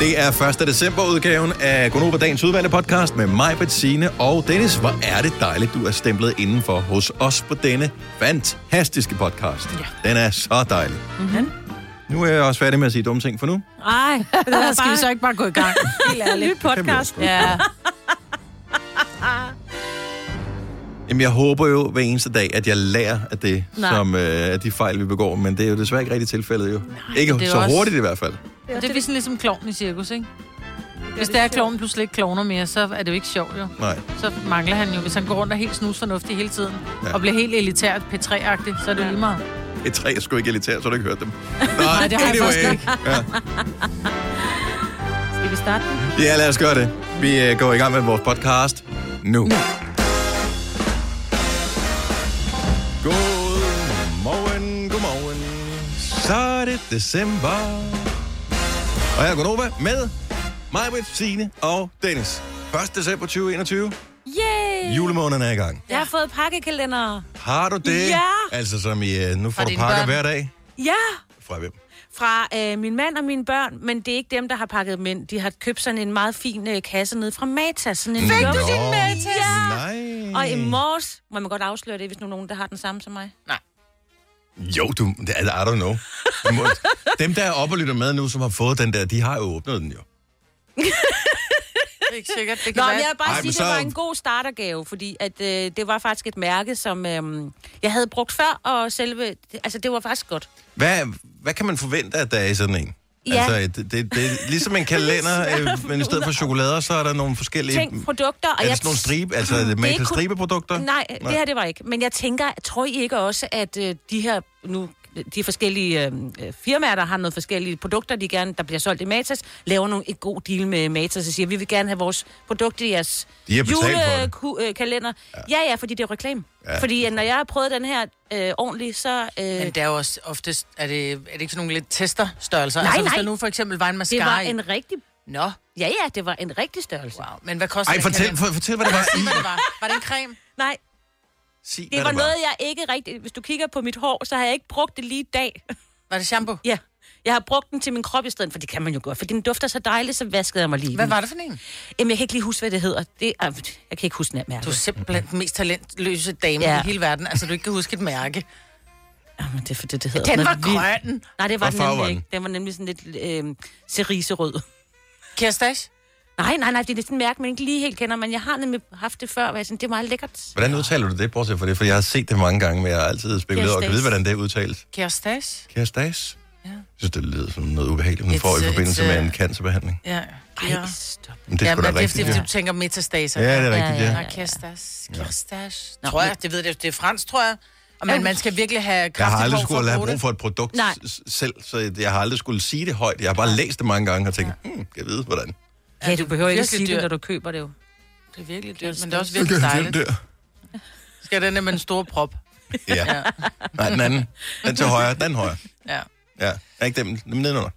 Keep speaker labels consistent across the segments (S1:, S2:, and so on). S1: Det er 1. december-udgaven af Gunova Dagens Udvalgte Podcast med mig, Bettine og Dennis. Hvor er det dejligt, du er stemplet indenfor hos os på denne fantastiske podcast. Ja. Den er så dejlig.
S2: Mm-hmm.
S1: Nu er jeg også færdig med at sige dumme ting for nu.
S2: Ej, der skal
S3: bare-
S2: vi så ikke bare gå i gang.
S3: Helt ærligt.
S2: Ny podcast.
S1: Kæmpe
S2: Ja.
S1: Jamen, jeg håber jo hver eneste dag, at jeg lærer af det,
S4: Nej.
S1: Nej. som øh, af de fejl, vi begår. Men det er jo desværre ikke rigtig tilfældet jo. Nej, ikke
S4: det er
S1: så
S4: jo også-
S1: hurtigt i hvert fald.
S4: Og det er ligesom, ligesom klovnen i cirkus, ikke? Hvis der er klovnen pludselig ikke klovner mere, så er det jo ikke sjovt, jo.
S1: Nej.
S4: Så mangler han jo, hvis han går rundt og er helt snusfornuftig hele tiden,
S1: Ja.
S4: ja. og bliver helt elitært P3-agtig, så er det jo lige meget.
S1: Et træ er sgu ikke elitært, så har du ikke hørt dem.
S4: Nej, det har jeg faktisk ikke.
S1: Ja.
S3: Skal vi starte den?
S1: ja, lad os gøre det. Vi øh, går i gang med vores podcast nu. nu. Godmorgen, godmorgen. Så er det december. Og her er Gunova med mig, Britt, Signe og Dennis. 1. december 2021.
S3: Yay!
S1: Julemåneden er i gang.
S3: Jeg har fået pakkekalender.
S1: Har du det?
S3: Ja.
S1: Altså som i, øh, nu får
S4: Fra
S1: du
S4: dine
S1: pakker
S4: børn.
S1: hver dag.
S3: Ja!
S1: Fra hvem?
S3: Fra øh, min mand og mine børn, men det er ikke dem, der har pakket dem ind. De har købt sådan en meget fin øh, kasse ned fra Matas. Sådan en Fik
S1: Nå.
S3: Ja!
S1: Nej.
S3: Og i morges, må man godt afsløre det, hvis nu er nogen, der har den samme som mig.
S1: Jo, du, det er- I don't know. Du må- Dem, der er oppe og lytter med nu, som har fået den der, de har jo åbnet den jo.
S4: Det er ikke sikkert. Det kan
S3: Nå,
S4: være,
S3: men jeg vil bare
S1: Ej,
S3: Ej, sige,
S1: men så-
S3: det var en god startergave, fordi at, øh, det var faktisk et mærke, som øh, jeg havde brugt før, og selve, altså det var faktisk godt.
S1: Hvad, hvad kan man forvente, at der er i sådan en?
S3: Ja.
S1: Altså, det, det, det er ligesom en kalender, øh, men i stedet for chokolader, så er der nogle forskellige...
S3: Tænk produkter, og
S1: er det
S3: jeg...
S1: sådan nogle stribe, altså er det
S3: er ikke
S1: malet
S3: kun-
S1: stribeprodukter?
S3: Nej, det her det var ikke. Men jeg tænker, tror I ikke også, at øh, de her nu de forskellige øh, øh, firmaer, der har noget forskellige produkter, de gerne, der bliver solgt i Matas, laver nogle, et god deal med Matas og siger, vi vil gerne have vores produkter i jeres
S1: De har betalt for det.
S3: julekalender. Ja. ja, ja, fordi det er reklame. Ja. Fordi øh, når jeg har prøvet den her øh, ordentligt, så... Øh,
S4: Men
S3: det
S4: det er jo også oftest, er det, er det ikke sådan nogle lidt testerstørrelser?
S3: Nej,
S4: altså, hvis
S3: nej.
S4: der nu for eksempel var en mascara
S3: var
S4: i-
S3: en rigtig...
S4: Nå,
S3: Ja, ja, det var en rigtig størrelse. Wow.
S4: wow. Men hvad koster
S1: Ej,
S4: den
S1: fortæl,
S4: kalender?
S1: for, fortæl, hvad det var i.
S4: Hvad det var. var det en creme?
S3: Nej,
S1: Sig,
S3: det
S1: hvad
S3: var noget, jeg ikke rigtig... Hvis du kigger på mit hår, så har jeg ikke brugt det lige i dag.
S4: Var det shampoo?
S3: Ja. Jeg har brugt den til min krop i stedet, for det kan man jo godt, for den dufter så dejligt, så vaskede jeg mig lige. i
S4: Hvad
S3: den.
S4: var det for en?
S3: Jamen, jeg kan ikke lige huske, hvad det hedder. Det er, jeg kan ikke huske den her mærke.
S4: Du er simpelthen den mest talentløse dame
S3: Ja.
S4: ja. i hele verden. Altså, du ikke kan huske et mærke.
S3: Jamen, det er for det, det hedder.
S4: Den
S3: Men
S4: var
S3: vi-
S4: grøn.
S3: Nej, det var
S1: Hvad
S3: den
S1: farve
S3: nemlig
S1: var den?
S3: ikke. Den var nemlig sådan lidt øh, ceriserød.
S4: Kirstash?
S3: Nej, nej, nej, det er sådan en mærke, man ikke lige helt kender, men jeg har nemlig haft det før, og jeg er sådan, det er meget lækkert.
S1: Hvordan udtaler du det, bortset fra det? For jeg har set det mange gange, men jeg har altid spekuleret og kan
S3: Kerstase.
S1: vide, hvordan det udtales.
S4: Kirstash?
S1: Kærestas?
S4: Ja.
S1: Jeg synes, det lyder som noget ubehageligt, man
S4: It's
S1: får i
S4: a-
S1: forbindelse
S4: it's a-
S1: med en cancerbehandling.
S4: Ja.
S3: Ej, stop.
S1: Men det er
S4: ja,
S1: sgu
S4: men
S1: da
S4: det er fordi,
S1: rigtigt.
S4: fordi
S1: Ja.
S4: du tænker metastaser.
S1: ja, det er
S3: Ja,
S1: rigtigt,
S3: ja,
S1: ja.
S4: Og kirstas, kirstas. Ja. Tror jeg, det ved jeg, det er fransk, tror jeg. Og
S3: Ja.
S4: man, man skal virkelig have
S1: Jeg har
S4: kraftigt
S1: aldrig
S4: hår for
S1: skulle
S4: at
S1: have
S4: bruge
S1: brug
S4: det.
S1: for et produkt
S3: Nej.
S1: s- selv, så jeg har aldrig skulle sige det højt. Jeg har bare læst det mange gange og tænkt, hmm, kan jeg vide, hvordan?
S3: Ja, du behøver ikke
S4: virkelig
S3: sige det,
S4: dyrt.
S3: når du køber det jo.
S4: Det er virkelig dyrt, men det er også virkelig dejligt.
S1: der.
S4: Skal den der med en stor prop?
S1: Ja. Nej, den anden. Den til højre, den højre.
S4: Ja.
S1: Ja, er ikke dem, dem nedenunder.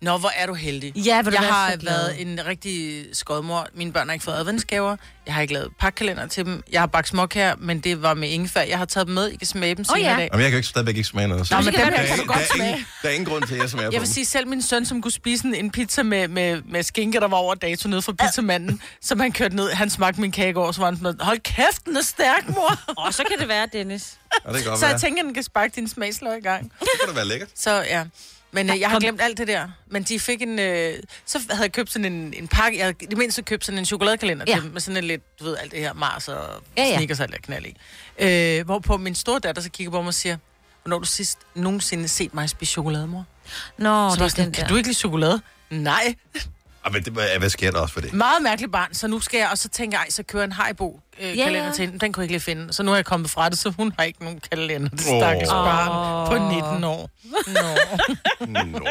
S4: Nå, hvor er du heldig.
S3: Ja, vil du
S4: jeg
S3: være
S4: har
S3: så glad.
S4: været en rigtig skodmor. Mine børn har ikke fået adventsgaver. Jeg har ikke lavet pakkalender til dem. Jeg har bagt småkager, men det var med ingefær. Jeg har taget dem med. I kan smage dem senere
S3: ja.
S4: i dag.
S1: Jamen, jeg kan jo ikke, stadigvæk ikke smage noget. Så
S4: Nå, men
S1: der,
S4: dem
S1: er,
S4: her
S1: der,
S4: kan du
S1: er-
S4: godt
S1: der, er ingen,
S4: smage.
S1: der er ingen grund til, at jeg smager på
S4: Jeg vil
S1: dem.
S4: sige, selv min søn, som kunne spise sådan en pizza med, med, med skinke, der var over dato nede fra pizzamanden, som han kørte ned, han smagte min kage i går, så var han sådan noget, hold kæft, den er stærk, mor.
S3: Og så kan det være, Dennis.
S1: Og det kan godt
S4: så jeg
S1: være.
S4: tænker, den kan sparke din smagsløg i gang.
S1: Det kunne da være lækkert.
S4: Så ja. Men øh, jeg har glemt alt det der. Men de fik en... Øh, så havde jeg købt sådan en, en pakke. Jeg havde i det mindste købt sådan en chokoladekalender
S3: Ja.
S4: ja. til dem, med sådan en lidt, du ved, alt det her Mars og
S3: Ja,
S4: ja,
S3: ja.
S4: ja. sneakers og alt det der knald i. Øh, hvorpå min store datter så kigger på mig og siger, hvornår har du sidst nogensinde set mig spise chokolade, mor?
S3: Nå,
S4: Og så
S3: det
S4: var
S3: er
S4: jeg sådan,
S3: den
S4: kan
S3: der.
S4: du ikke lide chokolade? Nej.
S1: Og men det, hvad, hvad sker der også for det?
S4: Meget mærkeligt barn, så nu skal jeg... Og så tænker jeg, ej, så kører en haribo øh,
S3: ja.
S4: kalender til hende. Den kunne jeg ikke lige finde. Så nu er jeg kommet fra det, så hun har ikke nogen kalender. Det
S1: Åh.
S4: stakkels oh. barn på 19 år. Nå.
S1: Nå.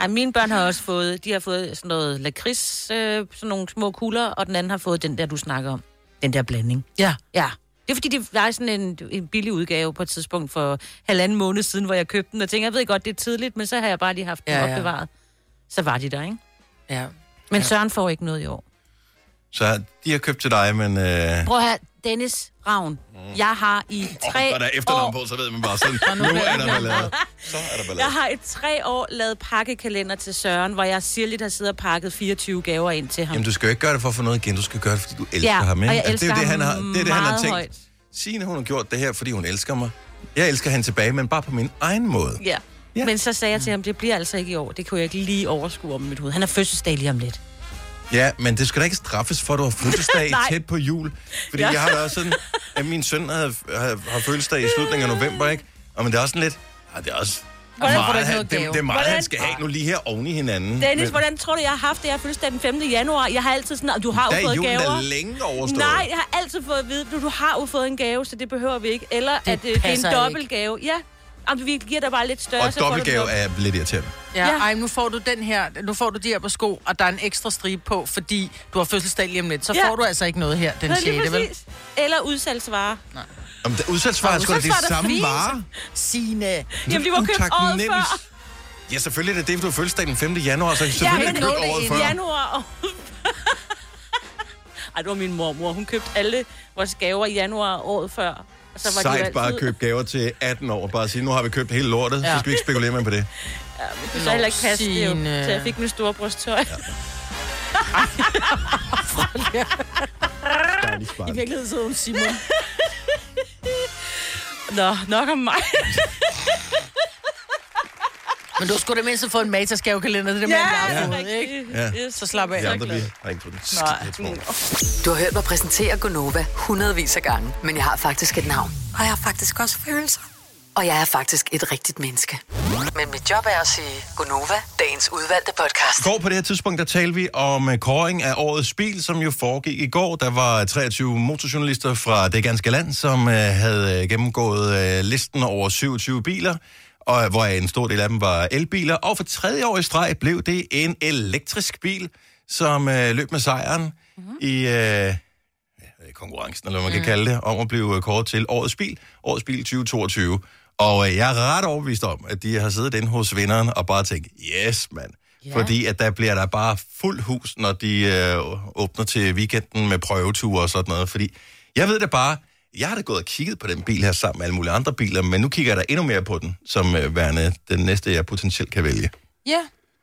S3: Ej, mine børn har også fået, de har fået sådan noget lakrids, øh, sådan nogle små kugler, og den anden har fået den der, du snakker om. Den der blanding.
S4: Ja.
S3: Ja. Det er fordi, det var sådan en, en billig udgave på et tidspunkt for halvanden måned siden, hvor jeg købte den, og tænkte, jeg ved godt, det er tidligt, men så har jeg bare lige haft den
S4: Ja, ja.
S3: opbevaret. Så var de der, ikke?
S4: Ja.
S3: Men Søren får ikke noget i år.
S1: Så de har købt til dig, men øh,
S3: Prøv at høre, Dennis Ravn. Jeg har i
S1: Tre
S3: tre
S1: Mm. og der er
S3: år...
S1: efternavn på, så ved man bare sådan, nu er der ballade. Så er der ballade.
S3: Jeg har i tre år lavet pakkekalender til Søren, hvor jeg sirligt har siddet og pakket 24 gaver ind til ham.
S1: Jamen, du skal jo ikke gøre det for at få noget igen. Du skal gøre det, fordi du elsker
S3: Ja,
S1: ham. Ikke?
S3: og jeg
S1: Altså,
S3: elsker
S1: det er jo det, han
S3: ham
S1: har, det er det, han har
S3: meget
S1: tænkt.
S3: højt.
S1: Signe, hun har gjort det her, fordi hun elsker mig. Jeg elsker hende tilbage, men bare på min egen måde.
S3: Ja.
S1: Ja.
S3: ja. Men så sagde jeg til ham, det bliver altså ikke i år. Det kunne jeg ikke lige overskue om mit hoved. Han har fødselsdag lige om lidt.
S1: Mm. Ja, men det skal da ikke straffes for, at du har fødselsdag
S3: Nej.
S1: tæt på jul. Fordi
S3: Ja.
S1: jeg har da også sådan, at min søn havde, havde, har fødselsdag i slutningen af november, ikke? Og men det er også sådan lidt, ah, det er også
S4: Hvordan får du
S1: meget,
S4: ikke
S1: han,
S4: noget
S1: det, det
S4: gave?
S1: er meget,
S3: Hvordan-
S1: han skal have nu lige her oven i hinanden.
S3: Dennis, hvordan tror du, jeg har haft det? Jeg har fødselsdag den 5. januar. Jeg har altid sådan, "Og du har
S1: Der
S3: jo
S1: er
S3: fået
S1: julen
S3: gaver.
S1: er længe overstået.
S3: Nej, jeg har altid fået at vide, du, du har jo fået en gave, så det behøver vi ikke. Eller det at øh, det er
S4: passer
S3: en dobbeltgave. Ja, Jamen, vi giver dig bare lidt større.
S1: Og
S3: så får du
S1: dobbeltgave
S3: noget.
S1: er lidt irriterende.
S4: Ja,
S3: Ja.
S4: ej, nu får du den her, nu får du de her på sko, og der er en ekstra stribe på, fordi du har fødselsdag lige om lidt. Så
S3: Ja.
S4: får du altså ikke noget her den
S3: Nå, lige
S4: 6. vel?
S3: præcis. Eller udsalgsvarer.
S1: Om det udsalgsvarer er sgu da de
S3: udsalgsvarer er da
S1: samme Mm,
S3: fint.
S1: varer.
S4: Signe.
S3: Jamen, de var købt året før.
S1: Ja, selvfølgelig er det det, for du har fødselsdag den 5. januar, så selvfølgelig ja,
S3: men
S1: købt
S4: det er
S1: året
S4: i
S1: før.
S3: januar. og- Ej, det var min mormor. Hun købte alle vores gaver i januar året før. Og så var de jo
S1: Sejt bare at købe gaver til 18 år. Bare at sige, nu har vi købt hele lortet, ja. så
S4: Ja.
S1: skal vi ikke spekulere mere på det.
S3: Ja, men det kunne så heller ikke passe det jo.
S4: Signe.
S3: Så jeg fik min store brysttøj. Ja.
S1: Dejligt sparet.
S4: virkeligheden sidder hun Simon.
S3: Nå, nok om mig.
S4: Men du skulle da mindst have fået en matasgavekalender, det er det med, jeg har fået, ikke?
S1: Ja.
S4: Så slap af. Mm.
S1: De
S4: Ja.
S1: andre, vi har ikke fået den skide små.
S5: Du har hørt mig præsentere Gonova hundredvis af gange, men jeg har faktisk et navn. Og jeg har faktisk også følelser. Og jeg er faktisk et rigtigt menneske. Men mit job er at sige Gonova, dagens udvalgte podcast.
S1: I går på det her tidspunkt, der talte vi om øh, kåring af årets bil, som jo foregik i går. Der var 23 motorjournalister fra det ganske land, som øh, havde øh, gennemgået øh, listen over 27 biler, og hvor en stor del af dem var elbiler. Og for tredje år i streg blev det en elektrisk bil, som øh, løb med sejren
S4: Mhm.
S1: mm-hmm. i... Øh, øh, konkurrencen, eller hvad man kan kalde det, om at blive øh, kåret til Årets Bil, Årets Bil 2022. Og øh, jeg er ret overbevist om, at de har siddet inde hos vinderen og bare tænkt, yes, mand. Ja. Fordi at der bliver der bare fuld hus, når de øh, åbner til weekenden med prøveture og sådan noget. Fordi jeg ved det bare, jeg har da gået og kigget på den bil her sammen med alle mulige andre biler, men nu kigger jeg da endnu mere på den, som øh, værende den næste, jeg potentielt kan vælge.
S4: ja.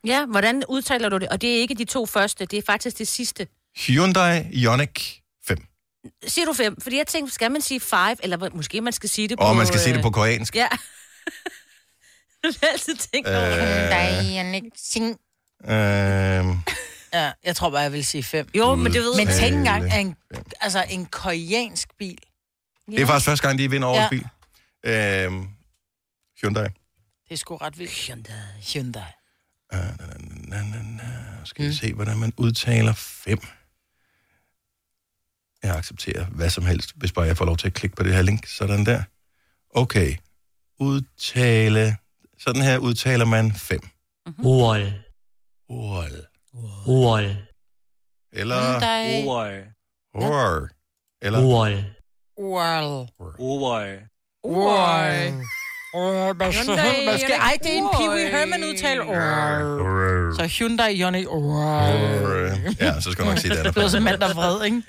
S3: Ja, hvordan udtaler du det? Og det er ikke de to første, det er faktisk det sidste.
S1: Hyundai Ioniq 5.
S3: Siger du fem? Fordi jeg tænkte, skal man sige five? Eller hvad- måske man skal sige det på...
S1: Og man skal se det
S3: øh,
S1: på koreansk.
S3: Ja. Jeg har altid tænkt over det.
S1: Øh,
S4: ja. jeg tror bare, jeg vil sige fem.
S3: Jo, men det ved
S4: Men
S3: jeg.
S4: tænk engang, at en, altså en koreansk bil.
S1: Det er faktisk første gang, de vinder over ja.
S4: Ja.
S1: bil. Øhm, Hyundai.
S4: Det er sgu ret vildt. Hyundai.
S1: Øh, Na, na, na. Skal vi mm. se, hvordan man udtaler 5. Jeg accepterer hvad som helst, hvis bare jeg får lov til at klikke på det her link. Sådan der. Okay. Udtale. Sådan her udtaler man 5.
S6: Wall.
S1: Oral.
S6: Wall.
S1: Eller
S4: Hyundai.
S7: Uar.
S1: roar. Eller
S6: Wall.
S4: Wow.
S7: Uar.
S4: Wow. Hvad skal,
S3: Hyundai,
S4: hvad skal,
S3: Ioniq.
S4: ej, det er en Pee Wee Herman udtale. Wow.
S1: roar.
S4: Så Hyundai Ioniq. Wow.
S1: Roar. Ja, så skal jeg nok sige det.
S4: Det blev som mand, der er vred, ikke?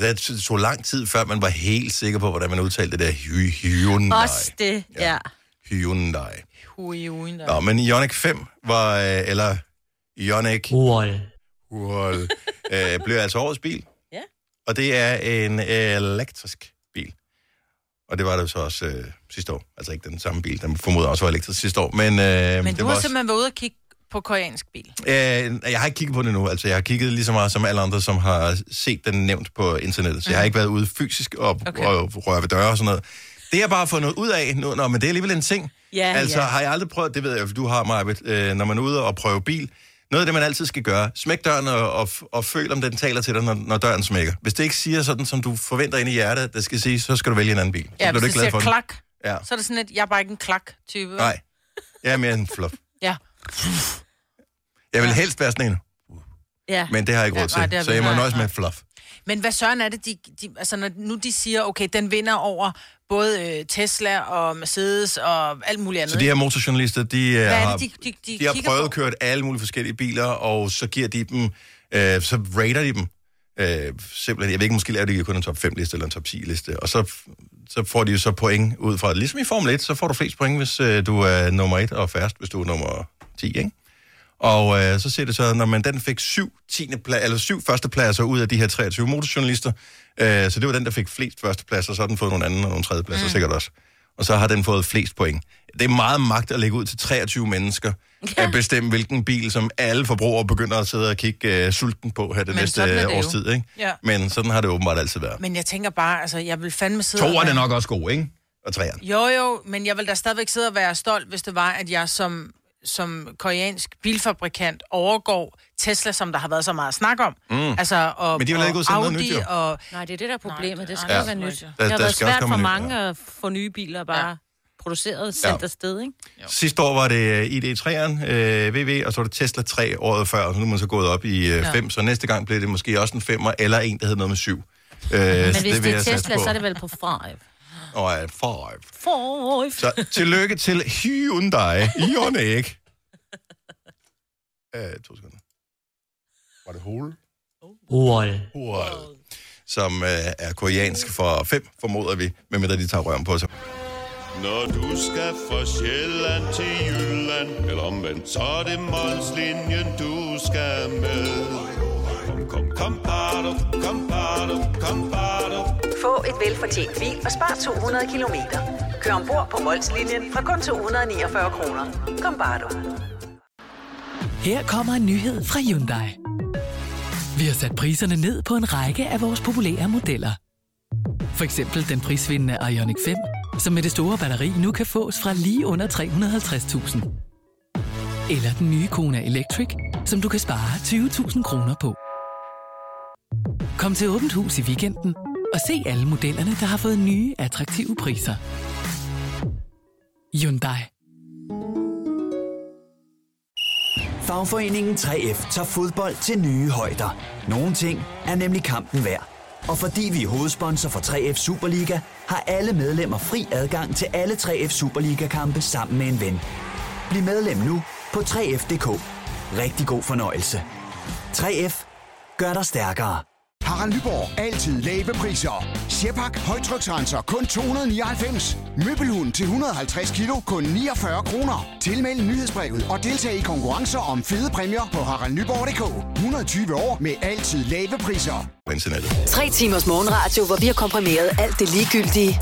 S1: Det t- tog lang tid, før man var helt sikker på, hvordan man udtalte det der hy- Hyundai.
S3: Også det, ja.
S1: Hyundai.
S4: Hui, hui, nej.
S1: Nå, men Ioniq 5 var, øh, eller Ioniq
S6: Wall.
S1: Ural, øh, blev altså årets bil.
S3: Ja.
S1: Og det er en elektrisk bil. Og det var det jo så også øh, sidste år. Altså ikke den samme bil, den formoder også var elektrisk sidste år. Men, øh,
S4: Men
S1: det
S4: du
S1: var
S4: har
S1: også,
S4: simpelthen været ude og kigge på koreansk bil.
S1: øh, jeg har ikke kigget på det nu. Altså jeg har kigget lige så meget som alle andre, som har set den nævnt på internettet. Så jeg har ikke været ude fysisk og,
S4: Mhm.
S1: okay.
S4: Okay.
S1: og røre ved døre og sådan noget. Det har bare fundet ud af nu, nå, men det er alligevel en ting.
S3: Ja,
S1: Altså,
S3: ja.
S1: har jeg aldrig prøvet, det ved jeg, for du har, Marbet, øh, når man er ude og prøve bil, noget af det, man altid skal gøre, smæk døren og, og, og føl, om den taler til dig, når, når døren smækker. Hvis det ikke siger sådan, som du forventer ind i hjertet, det skal sige, så skal du vælge en anden bil. Så
S4: Ja,
S1: bliver
S4: hvis
S1: du
S4: det
S1: ikke glad for
S4: siger klak,
S1: den. Ja.
S4: så er det sådan et, jeg er bare ikke en klak-type.
S1: Nej. Jeg er mere en fluff.
S4: Ja.
S1: Jeg vil helst være sådan en,
S3: ja.
S1: men det har jeg ikke
S4: Ja,
S1: råd til,
S4: nej, det har
S1: så
S4: vi-
S1: jeg må
S4: nej,
S1: nøjes med
S4: nej.
S1: en fluff.
S4: Men hvad søren er det, de, de, altså når nu de siger, okay, den vinder over både øh, Tesla og Mercedes og alt muligt andet.
S1: Så de her motorjournalister, de, øh,
S4: er det,
S1: har,
S4: de- de- de
S1: de har
S4: kigger
S1: prøvet
S4: på?
S1: at køre alle mulige forskellige biler, og så giver de dem, øh, så rater de dem. Øh, simpelthen, jeg ved ikke, måske laver de kun en top 5-liste eller en top 10-liste, og så, så får de jo så point ud fra, ligesom i Formel 1, så får du flest point, hvis øh, du er nummer 1, og færrest, hvis du er nummer 10, ikke? Og øh, så ser det så, når man den fik syv, tiende pla- eller syv førstepladser ud af de her 23 motorjournalister, øh, så det var den, der fik flest førstepladser, så har den fået nogle anden og nogle tredjepladser mm. sikkert også. Og så har den fået flest point. Det er meget magt at lægge ud til 23 mennesker, at bestemme, hvilken bil, som alle forbrugere begynder at sidde og kigge øh, sulten på her det
S4: Men
S1: næste
S4: sådan er
S1: øh,
S4: det jo.
S1: års tid. Ikke?
S4: Ja.
S1: Men sådan har det åbenbart altid været.
S4: Men jeg tænker bare, altså, jeg vil fandme sidde... og
S1: Toeren er
S4: være-
S1: nok også god, ikke? Og træerne.
S4: Jo, jo, men jeg vil da stadigvæk sidde og være stolt, hvis det var, at jeg som, som koreansk bilfabrikant overgår Tesla, som der har været så meget snak om. Mm. Altså, og,
S1: Men de vil ikke
S4: og
S1: udsende noget nyt, jo.
S4: og...
S3: Nej, det er det, der er problemet. det, skal
S1: Ja.
S3: ja. være nyt.
S4: Der-
S3: Der, det
S1: der
S3: har været
S1: skal også
S3: svært
S1: komme
S3: for
S1: nyt,
S3: mange at få nye biler bare ja. produceret sendt
S1: Ja.
S3: ja. afsted, ikke?
S1: Sidste år var det ID3'eren, øh, VV, og så var det Tesla 3 året før, og nu er man så gået op i 5, øh, fem, så næste gang bliver det måske også en 5'er, eller en, der hedder noget med 7. Øh,
S3: Men hvis det, det er Tesla, så er det vel på five.
S1: Og er five.
S3: Five. Så.
S1: Så tillykke til Hyundai Ioniq. øh, to sekunder. Var det Hol?
S6: uol,
S1: Hol. Som øh, er koreansk for 5, formoder vi, medmindre de tager røven på sig.
S7: Når du skal fra Sjælland til Jylland Eller omvendt, så er det Molslinjen, du skal med Kom, kom, kom, bado, kom, bado, kom, bado.
S5: Få et velfortjent bil og spar 200 kilometer. Kør ombord på Molslinjen fra kun 249 kroner. Kom bare du.
S8: Her kommer en nyhed fra Hyundai. Vi har sat priserne ned på en række af vores populære modeller. For eksempel den prisvindende Ioniq 5, som med det store batteri nu kan fås fra lige under 350.000. Eller den nye Kona Electric, som du kan spare 20.000 kroner på. Kom til Åbent Hus i weekenden og se alle modellerne, der har fået nye, attraktive priser. Hyundai.
S9: Fagforeningen 3F tager fodbold til nye højder. Nogle ting er nemlig kampen værd. Og fordi vi er hovedsponsor for 3F Superliga, har alle medlemmer fri adgang til alle 3F Superliga-kampe sammen med en ven. Bliv medlem nu på 3F.dk. Rigtig god fornøjelse. 3F gør dig stærkere.
S10: Harald Nyborg. Altid lave priser. Sjehpak. Højtryksrenser. Kun 299. Møbelhund til 150 kilo. Kun 49 kroner. Tilmeld nyhedsbrevet og deltag i konkurrencer om fede præmier på haraldnyborg.dk. 120 år med altid lave priser.
S1: På internettet.
S5: Tre timers morgenradio, hvor vi har komprimeret alt det ligegyldige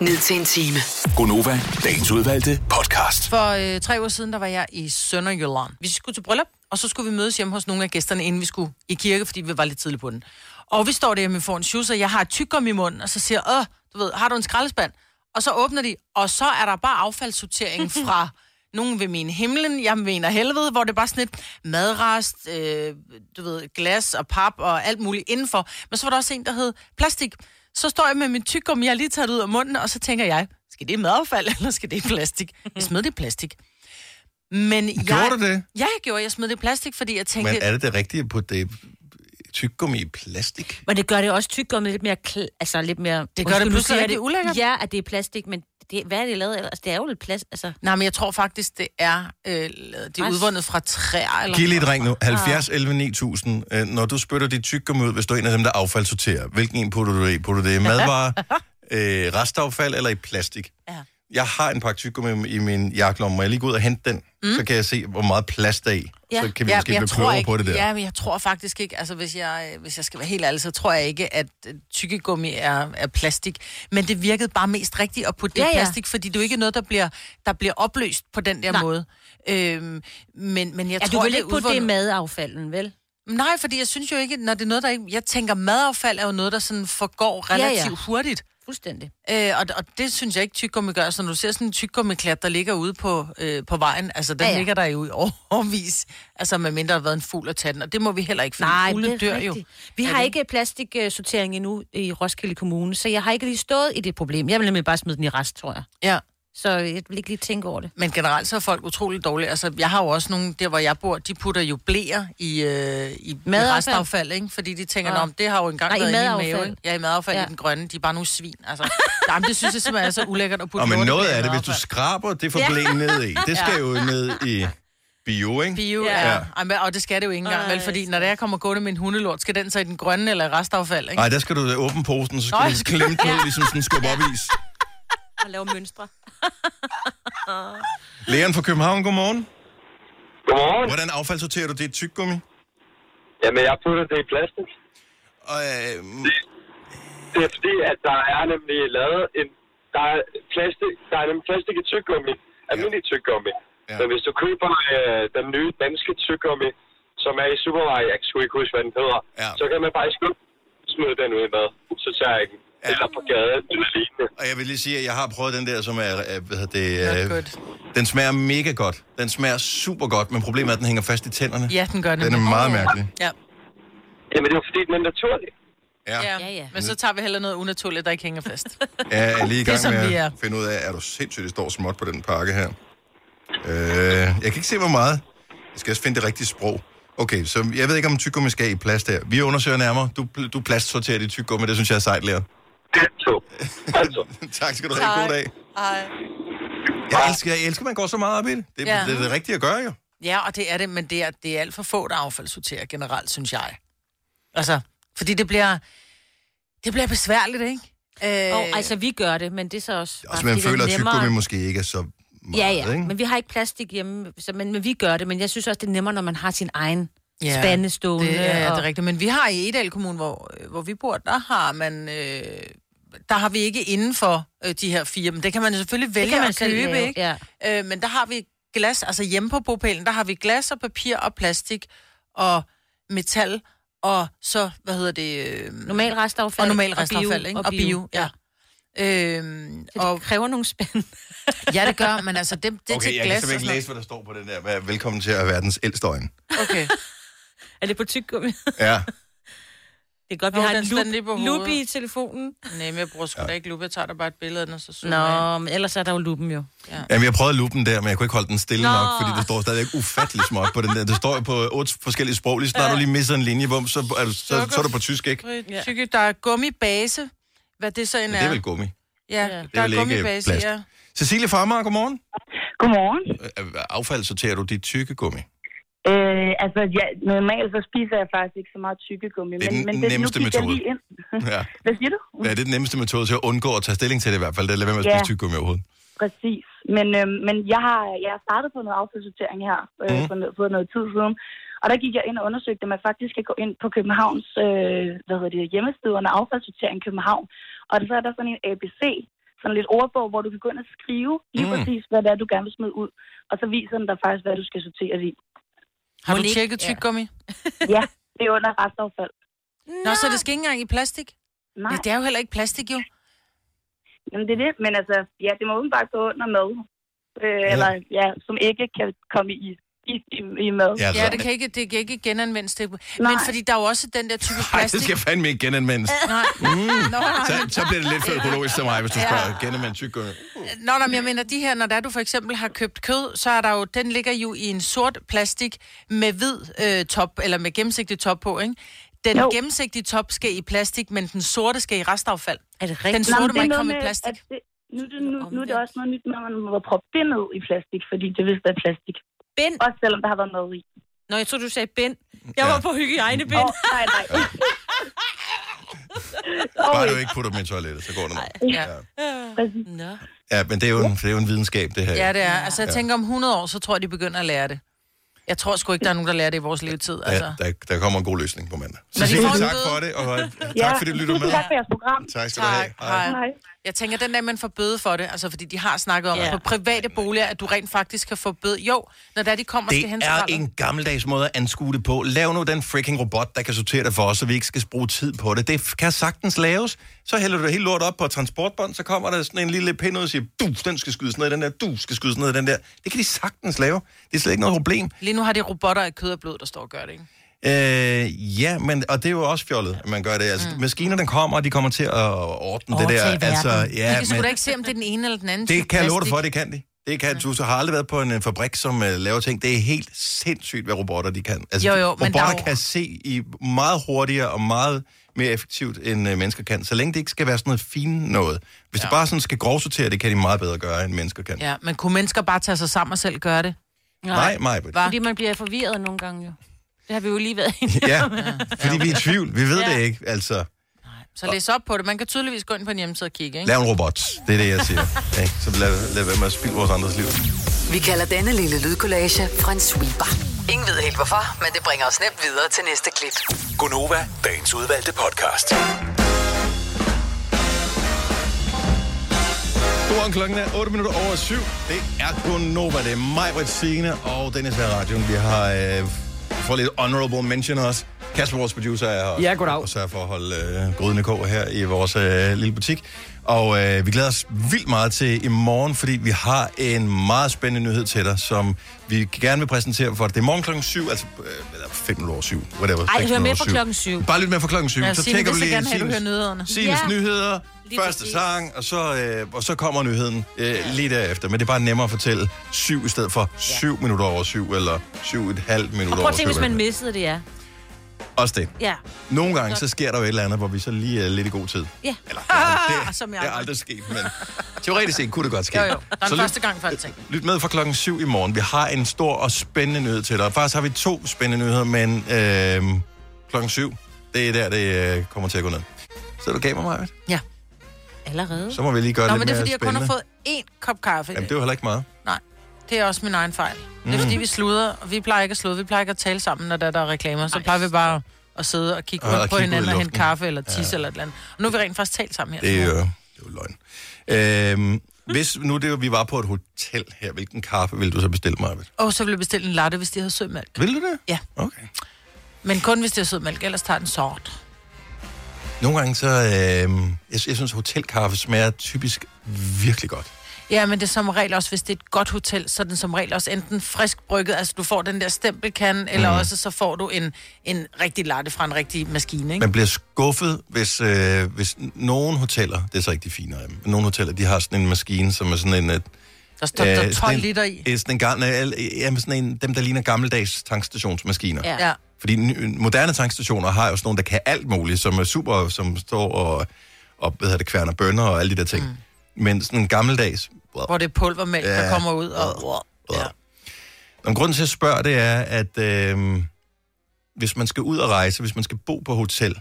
S5: ned til en time.
S11: Gonova, dagens udvalgte podcast.
S4: For øh, tre uger siden, der var jeg i Sønderjylland. Vi skulle til bryllup, og så skulle vi mødes hjemme hos nogle af gæsterne, inden vi skulle i kirke, fordi vi var lidt tidligt på den. Og vi står derhjemme, vi får en shoes, og jeg har et tyggegummi i munden, og så siger jeg, "Åh, du ved, har du en skraldespand? Og så åbner de, og så er der bare affaldssortering fra nogen vil mene himlen, jeg mener helvede, hvor det er bare sådan et madrest, øh, du ved, glas og pap og alt muligt indenfor. Men så var der også en, der hed plastik. Så står jeg med min tyggegummi, jeg har lige taget det ud af munden, og så tænker jeg, skal det i madaffald, eller skal det i plastik? Jeg smed det i plastik. Men jeg,
S1: Gjorde du det?
S4: Ja, jeg gjorde. Jeg smed det i plastik, fordi jeg tænkte...
S1: Men er det det rigtige på det tyggegummi i plastik?
S3: Men det gør det også tyggegummet lidt mere... Kl- altså lidt mere...
S4: Det gør det
S3: Undskyld, nu
S4: pludselig
S3: siger jeg
S4: rigtig ulækkert.
S3: Ja, at det er plastik, men det, hvad er det lavet af? Altså, det er jo lidt plast... Altså,
S4: Nej, men jeg tror faktisk, det er, øh, lavet- det er
S3: Ej.
S4: udvundet fra træer. Eller... Ah.
S1: Giv lige et ring
S3: Ah.
S1: nu. 70 11 9000. Øh, Når du spytter dit tyggegummi ud, hvis du er en af dem, der affaldssorterer, hvilken en putter du det i? Putter du det i madvarer, øh, restaffald eller i plastik?
S4: Ja.
S1: Jeg har en pakke tyggegummi i min jakkelomme. Må jeg lige gå ud og hente den? Mm. Så kan jeg se, hvor meget plast der er i.
S3: Ja.
S1: Så kan vi måske blive klogere
S4: ikke,
S1: på det der.
S4: Ja, men jeg tror faktisk ikke, altså hvis jeg, hvis jeg skal være helt ærlig, så tror jeg ikke, at øh, tykkegummi er, er plastik. Men det virkede bare mest rigtigt at putte det
S3: Ja,
S4: i
S3: ja.
S4: plastik, fordi det er jo ikke noget, der bliver, der bliver opløst på den der Nej.
S3: Nej.
S4: måde. Øhm, men, men jeg
S3: ja,
S4: tror,
S3: du vil
S4: det
S3: ikke
S4: er
S3: putte det i
S4: udvundet-
S3: madaffalden, vel?
S4: Nej, fordi jeg synes jo ikke, når det er noget, der ikke... Jeg tænker, madaffald er jo noget, der sådan forgår
S3: ja.
S4: relativt ja, ja. hurtigt.
S3: Fuldstændig.
S4: Øh, og, og det synes jeg ikke, tyggegummi gør. Så når du ser sådan en tykgummiklat, der ligger ude på, øh, på vejen, altså den ja,
S3: Ja,
S4: ja.
S3: ja.
S4: ligger der jo i overvis, altså med mindre der har været en fugl og tage den, og det må vi heller ikke, for
S3: Nej,
S4: fugle
S3: det er
S4: dør
S3: rigtigt.
S4: jo.
S3: Vi
S4: Er
S3: har
S4: det?
S3: ikke plastiksortering endnu i Roskilde Kommune, så jeg har ikke lige stået i det problem. Jeg vil nemlig bare smide den i rest, tror jeg.
S4: Ja.
S3: Så jeg vil ikke lige tænke over det.
S4: Men generelt så er folk utrolig dårlige. Altså, jeg har jo også nogle, der hvor jeg bor, de putter jo blæer i, øh, i, i
S3: Madaffald.
S4: restaffald, ikke? Fordi de tænker,
S3: Nå.
S4: ja. det har jo engang
S3: Nej, i
S4: været i min
S3: madaffald.
S4: mave. Ikke? Ja, i madaffald ja.
S3: Ja.
S4: i den grønne. De er bare nogle svin. Altså, jamen, det synes jeg simpelthen er så ulækkert at putte
S1: Og men
S4: lorteblæer
S1: noget
S4: i
S1: af det, hvis du
S4: madaffald.
S1: skraber det for blæen ned i, det skal jo ned i bio, ikke?
S4: Bio, ja. ja. Ej, men- og det skal det jo ikke engang, vel? Fordi når det er, kommer gående med en hundelort, skal den så i den grønne eller i restaffald, ikke?
S1: Nej, der skal du øh, åbne posen, så skal
S4: Nå,
S1: Nå,
S4: jeg
S1: du
S4: skal-
S1: klemme den
S4: Ja.
S1: ud, ligesom sådan en skub op is.
S3: Og lave mønstre.
S1: Leon fra København, godmorgen.
S12: Godmorgen.
S1: Hvordan affaldssorterer du dit tyggegummi?
S12: Jamen, jeg putter det i plastik.
S1: Og, øh,
S12: Det er fordi, at der er nemlig lavet en... Der er plastik, der er nemlig plastik i tyggegummi. Almindelig tyggegummi. Ja. Men hvis du køber øh, den nye danske tyggegummi, som er i supermarkedet, jeg kan sgu ikke huske, hvad den hedder, ja. så kan man bare i skub smide den ud i mad. Så tager jeg den. Ja. Eller på gaden, eller lignende.
S1: og jeg vil lige sige, at jeg har prøvet den der, som er... Øh, hvad hedder det, øh, den smager mega godt. Den smager super godt, men problemet er, at den hænger fast i tænderne.
S4: Ja, den gør det.
S1: Den er meget mærkelig.
S4: Ja.
S12: Jamen, det er jo fordi, den er naturlig.
S1: Ja.
S4: Ja. ja, ja. Men så tager vi heller noget unaturligt, der ikke hænger fast.
S1: Jeg er lige i
S4: Det er,
S1: gang
S4: som vi
S1: med
S4: er.
S1: at finde ud af, er du sindssygt, det står småt på den pakke her. Øh, jeg kan ikke se, hvor meget. Jeg skal også finde det rigtige sprog. Okay, så jeg ved ikke, om tyggegummi skal i plast her. Vi undersøger nærmere. Du, pl- du plastsorterer dit tyggegummi, det synes jeg er sejt, Leon. tak skal du have. God dag.
S4: Hej.
S1: Jeg elsker, jeg elsker, at man går så meget op i det. Det,
S4: Ja.
S1: ja. det er det rigtige at gøre, jo.
S4: Ja, og det er det, men det er, det er alt for få, der affaldssorterer generelt, synes jeg. Altså, fordi det bliver, det bliver besværligt, ikke? Øh...
S3: Og, altså, vi gør det, men det er så også... bare
S1: Også man
S3: fordi, det er
S1: føler, at
S3: nemmere.
S1: tyggegummi måske ikke er så meget,
S3: Ja, ja,
S1: ikke?
S3: men vi har ikke plastik hjemme, så, men, men vi gør det. Men jeg synes også, det er nemmere, når man har sin egen
S4: Ja,
S3: ja, spande stående.
S4: Det, ja, ja, det
S3: og-
S4: er rigtigt. Men vi har i Edal Kommune, hvor, øh, hvor vi bor, der har man... Øh, der har vi ikke inden for øh, de her fire, men det kan man jo selvfølgelig
S3: Det
S4: vælge
S3: kan man
S4: at
S3: selv
S4: købe,
S3: lave,
S4: ikke? Ja. Øh, men der har vi glas, altså hjemme på bopælen, der har vi glas og papir og plastik og metal og så, hvad hedder det? Øh,
S3: Normal restaffald
S4: Og normal
S3: og bio,
S4: restaffald, ikke?
S3: og
S4: Og bio,
S3: bio,
S4: ja. Øhm, så det og,
S3: kræver nogle spænd.
S4: ja, det gør, men altså det, det er
S1: Okay,
S4: til
S1: jeg kan
S4: glas og sådan
S1: simpelthen ikke læse, hvad der står på den der. Hvad- Velkommen til at være verdens ældste øjne.
S4: noget. Okay.
S3: Er det på tyggegummi?
S1: Ja.
S3: Det er godt, vi
S4: Nå,
S3: har
S4: den
S3: en
S4: stand lige på
S3: lup,
S4: hovedet.
S3: lup i telefonen.
S4: Nej, men jeg bruger sgu da ikke lup, jeg tager da bare et billede af den, og så zoomer jeg.
S3: Nå, men ellers er der jo lupen jo.
S1: Jamen, jeg prøvede lupen der, men jeg kunne ikke holde den stille
S3: Nå.
S1: Nå. nok, fordi det står stadigvæk ufattelig småt på den der. Det står jo på otte forskellige sprog. Lige snart du lige misser en linje, hvor, så, er du, så, så, er du på tysk, ikke?
S4: Ja. Tykke, der er gummibase. Hvad det så end
S1: Men
S4: er.
S1: det er vel gummi.
S4: Ja,
S1: Det
S4: der
S1: er
S4: er,
S1: vel ikke
S4: gummibase,
S1: plast.
S4: ja.
S1: Cecilie Farmer, godmorgen.
S13: Godmorgen.
S1: Øh, Affald sorterer du dit tykkegummi.
S13: Øh, altså, ja, normalt så spiser jeg faktisk ikke så meget tykkegummi.
S1: Det er den
S13: men, men
S1: nemmeste
S13: nu gik jeg
S1: metode.
S13: lige ind.
S1: Ja.
S13: Hvad siger du?
S1: ja, det er den nemmeste metode til at undgå at tage stilling til det i hvert fald. Det er at lade være med at
S13: Ja.
S1: spise tykkegummi overhovedet.
S13: Præcis. Men, øh, men jeg har jeg har startet på noget affaldssortering her øh,
S1: Mhm.
S13: for, noget, for noget tid siden. Og der gik jeg ind og undersøgte, at man faktisk kan gå ind på Københavns øh, hvad hedder det, hjemmeside under affaldssortering i København. Og så er der sådan en ABC, sådan lidt ordbog, hvor du kan gå ind og skrive lige
S1: Mm.
S13: mm. præcis, hvad det er, du gerne vil smide ud. Og så viser den dig faktisk, hvad du skal sortere det i.
S4: Har du tjekket tyggegummi?
S13: Ja, det er under restaffald.
S4: Nå, så det skal ikke engang i plastik?
S13: Nej.
S4: Ja, det er jo heller ikke plastik, jo.
S13: Jamen, det er det. Men altså, ja, det må åbenbart gå under mad. Øh,
S4: Ja.
S13: Eller, ja, som ikke kan komme i, i, i, i mad.
S1: Ja, altså.
S4: Ja, det kan ikke, det kan ikke genanvendes. Det. Men
S13: Nej.
S4: fordi der er jo også den der type
S1: Nej, det
S4: plastik.
S1: skal fandme ikke genanvendes.
S4: Nej.
S1: Mm.
S4: Nå,
S1: Så, så bliver det lidt for økologisk til mig, hvis du
S4: Ja.
S1: spørger. Genanvend tykkegummi.
S4: Nå, nå, men jeg mener, de her, når der du for eksempel har købt kød, så er der jo, den ligger jo i en sort plastik med hvid øh, top, eller med gennemsigtig top på, ikke? Den jo. gennemsigtige top skal i plastik, men den sorte skal i restaffald.
S3: Er det
S4: Den
S13: Nå, men
S4: sorte
S13: det
S4: må
S13: er
S4: ikke
S13: noget
S4: komme i
S13: med,
S4: plastik.
S13: at Det, nu, er det- nu, nu er det også noget nyt, når man må proppe det ned i plastik, fordi det vidste er plastik.
S3: Bind?
S13: Også selvom der har været mad i.
S3: Nå, jeg troede, du sagde bind. Jeg var på hygiejnebind.
S13: Åh, nej, nej.
S1: Bare du ikke putter dem i toilettet, så går det nok.
S4: Ja. Nå.
S1: Ja, men det er jo en, det er jo en videnskab, det her.
S4: Ja, det er. Altså, jeg tænker, om 100 år, så tror jeg, de begynder at lære det. Jeg tror sgu ikke, der er nogen, der lærer det i vores levetid. Altså.
S1: Ja, der, der kommer en god løsning på mandag.
S4: Når de
S1: Cecilie,
S4: får en
S1: tak
S4: bøde.
S1: for det, og øh, tak fordi du lytter med.
S13: for jeres program.
S1: Tak skal du have. Hej.
S4: Jeg tænker, den der, man får bøde for det, altså fordi de har snakket om, ja. på private boliger, at du rent faktisk kan få bøde. Jo, når der de kommer, skal
S1: Det
S4: hente
S1: er
S4: skraldet.
S1: en gammeldags måde at anskue det på. Lav nu den freaking robot, der kan sortere det for os, så vi ikke skal bruge tid på det. Det f- kan sagtens laves. Så hælder du det hele lort op på et transportbånd, så kommer der sådan en lille pind ud og siger, du, den skal skydes ned i den der, du skal skydes ned i den der. Det kan de sagtens lave. Det er slet ikke noget problem.
S4: Lige nu har de robotter af kød og blod, der står og gør det, ikke?
S1: Øh, ja, men, og det er jo også fjollet, at man gør det. Altså, mm. Maskiner, den kommer, og de kommer til at ordne det der. Altså,
S4: de
S1: ja,
S4: kan sgu da ikke se, om det er den ene eller den anden. type
S1: Det kan jeg love dig
S4: plastik.
S1: for, det kan de. Det kan du. Du har aldrig været på en, en fabrik, som uh, laver ting. Det er helt sindssygt, hvad robotter de kan. Altså,
S4: Jo, jo, men
S1: robotter
S4: der er jo-
S1: kan se i meget hurtigere og meget mere effektivt, end uh, mennesker kan. Så længe det ikke skal være sådan noget fint noget. Hvis ja. det bare sådan skal grovsortere, det kan de meget bedre gøre, end mennesker kan.
S4: Ja, men kunne mennesker bare tage sig sammen og selv gøre det?
S1: Nej, Majbrit.
S3: Fordi man bliver forvirret nogle gange jo. Det har vi jo lige været inde
S1: Ja,
S3: om.
S1: fordi vi er i tvivl. Vi ved
S4: Ja.
S1: det ikke, altså.
S4: Så læs op på det. Man kan tydeligvis gå ind på en hjemmeside og kigge, ikke?
S1: Lav en robot. Det er det, jeg siger. Okay? Så lad, lad være med at spilde vores andres liv.
S5: Vi kalder denne lille lydkollage Frans sweeper. Ingen ved helt hvorfor, men det bringer os nemt videre til næste klip.
S11: Gonova, dagens udvalgte podcast.
S1: Godmorgen, klokken er 8 minutter over 7. Det er kun Nova, det er mig, Britt Signe og Dennis her i radioen. Vi har øh, fået lidt honorable mention også. Kasper, vores producer, er her også. Ja, goddag. Og sørger for at holde øh, grydende kog her i vores øh, lille butik. Og øh, vi glæder os vildt meget til i morgen, fordi vi har en meget spændende nyhed til dig, som vi gerne vil præsentere for dig. Det er morgen klokken 7, altså øh, eller 5 minutter over 7, whatever.
S3: Ej, hør med
S1: minutter
S3: fra
S1: over syv.
S3: klokken syv.
S1: Bare lyt med fra klokken 7,
S4: Ja,
S1: så
S4: Signe
S1: tjekker
S4: vil
S1: vi
S4: så
S1: lige
S4: gerne have, du
S1: Sines-
S4: hører nyhederne.
S1: Sines
S4: Ja.
S1: nyheder,
S4: Lige
S1: første
S4: præcis.
S1: sang, og så, øh, og så kommer nyheden øh, lige derefter. Men det er bare nemmere at fortælle syv i stedet for syv minutter over syv, eller syv og et halvt
S3: Og
S1: minut
S3: prøv
S1: over
S3: at tænke,
S1: syv.
S3: hvis man missede det, ja.
S1: Også det.
S3: Ja.
S1: Nogle gange, så sker der jo et eller andet, hvor vi så lige er lidt i god tid.
S3: Ja.
S1: Eller,
S4: det, som
S1: Det er aldrig sket, men teoretisk set kunne det godt ske.
S4: Jo, jo. Der er
S1: Så
S4: den
S1: lyt-
S4: første gang for alting.
S1: Lyt med fra klokken 7 i morgen. Vi har en stor og spændende nyhed til dig. Faktisk har vi to spændende nyheder, men øh, klokken 7, det er der, det øh, kommer til at gå ned. Så er du gav mig, Maja.
S3: Allerede?
S1: Så må vi lige gøre
S4: Nå,
S1: lidt
S4: men det er,
S1: mere
S4: fordi jeg kun har
S1: spændende.
S4: fået én kop kaffe.
S1: Jamen, det er jo heller ikke meget.
S4: Nej, det er også min egen fejl. Det er,
S1: Mm.
S4: fordi vi sluder, og vi plejer ikke at slude. Vi plejer ikke at tale sammen, når der, der er reklamer. Så plejer vi bare at sidde og kigge
S1: Og- og
S4: rundt på
S1: kigge ud i
S4: hinanden og hente
S1: luften.
S4: kaffe eller tisse
S1: Ja.
S4: ja. eller et eller andet. Og nu har vi rent faktisk talt sammen her.
S1: Det øh. er jo, det er jo løgn. Øhm, hvis nu det var, vi var på et hotel her, hvilken kaffe ville du så bestille mig?
S4: Og så vil jeg bestille en latte, hvis de havde sød mælk.
S1: Vil du det?
S4: Ja.
S1: Okay.
S4: Men kun hvis de har sød mælk, ellers tager den sort.
S1: Nogle gange så, øhm, jeg, jeg synes, hotelkaffe smager typisk virkelig godt.
S4: Ja, men det er som regel også, hvis det er et godt hotel, så er den som regel også enten frisk brygget, altså du får den der stempelkan, eller
S1: Mm.
S4: også så får du en, en rigtig latte fra en rigtig maskine, ikke?
S1: Man bliver skuffet, hvis, øh, hvis n- nogle hoteller, det er så ikke de fine af dem, men nogle hoteller, de har sådan en maskine, som er sådan en... øh,
S4: Der står- der er
S1: sådan
S4: 12
S1: en-
S4: liter i.
S1: øh, Sådan en, gammel, øh, jamen sådan en, dem der ligner gammeldags tankstationsmaskiner.
S4: Ja. ja.
S1: Fordi ny- moderne tankstationer har jo sådan nogle, der kan alt muligt, som er super, som står og, og hvad hedder det, kværner bønder og alle de der ting. Mm. Men sådan en gammeldags...
S4: Hvor det er pulvermælk,
S1: Ja.
S4: der kommer ud, og...
S1: Og grunden til, at jeg spørger, det er, at øh, hvis man skal ud og rejse, hvis man skal bo på hotel,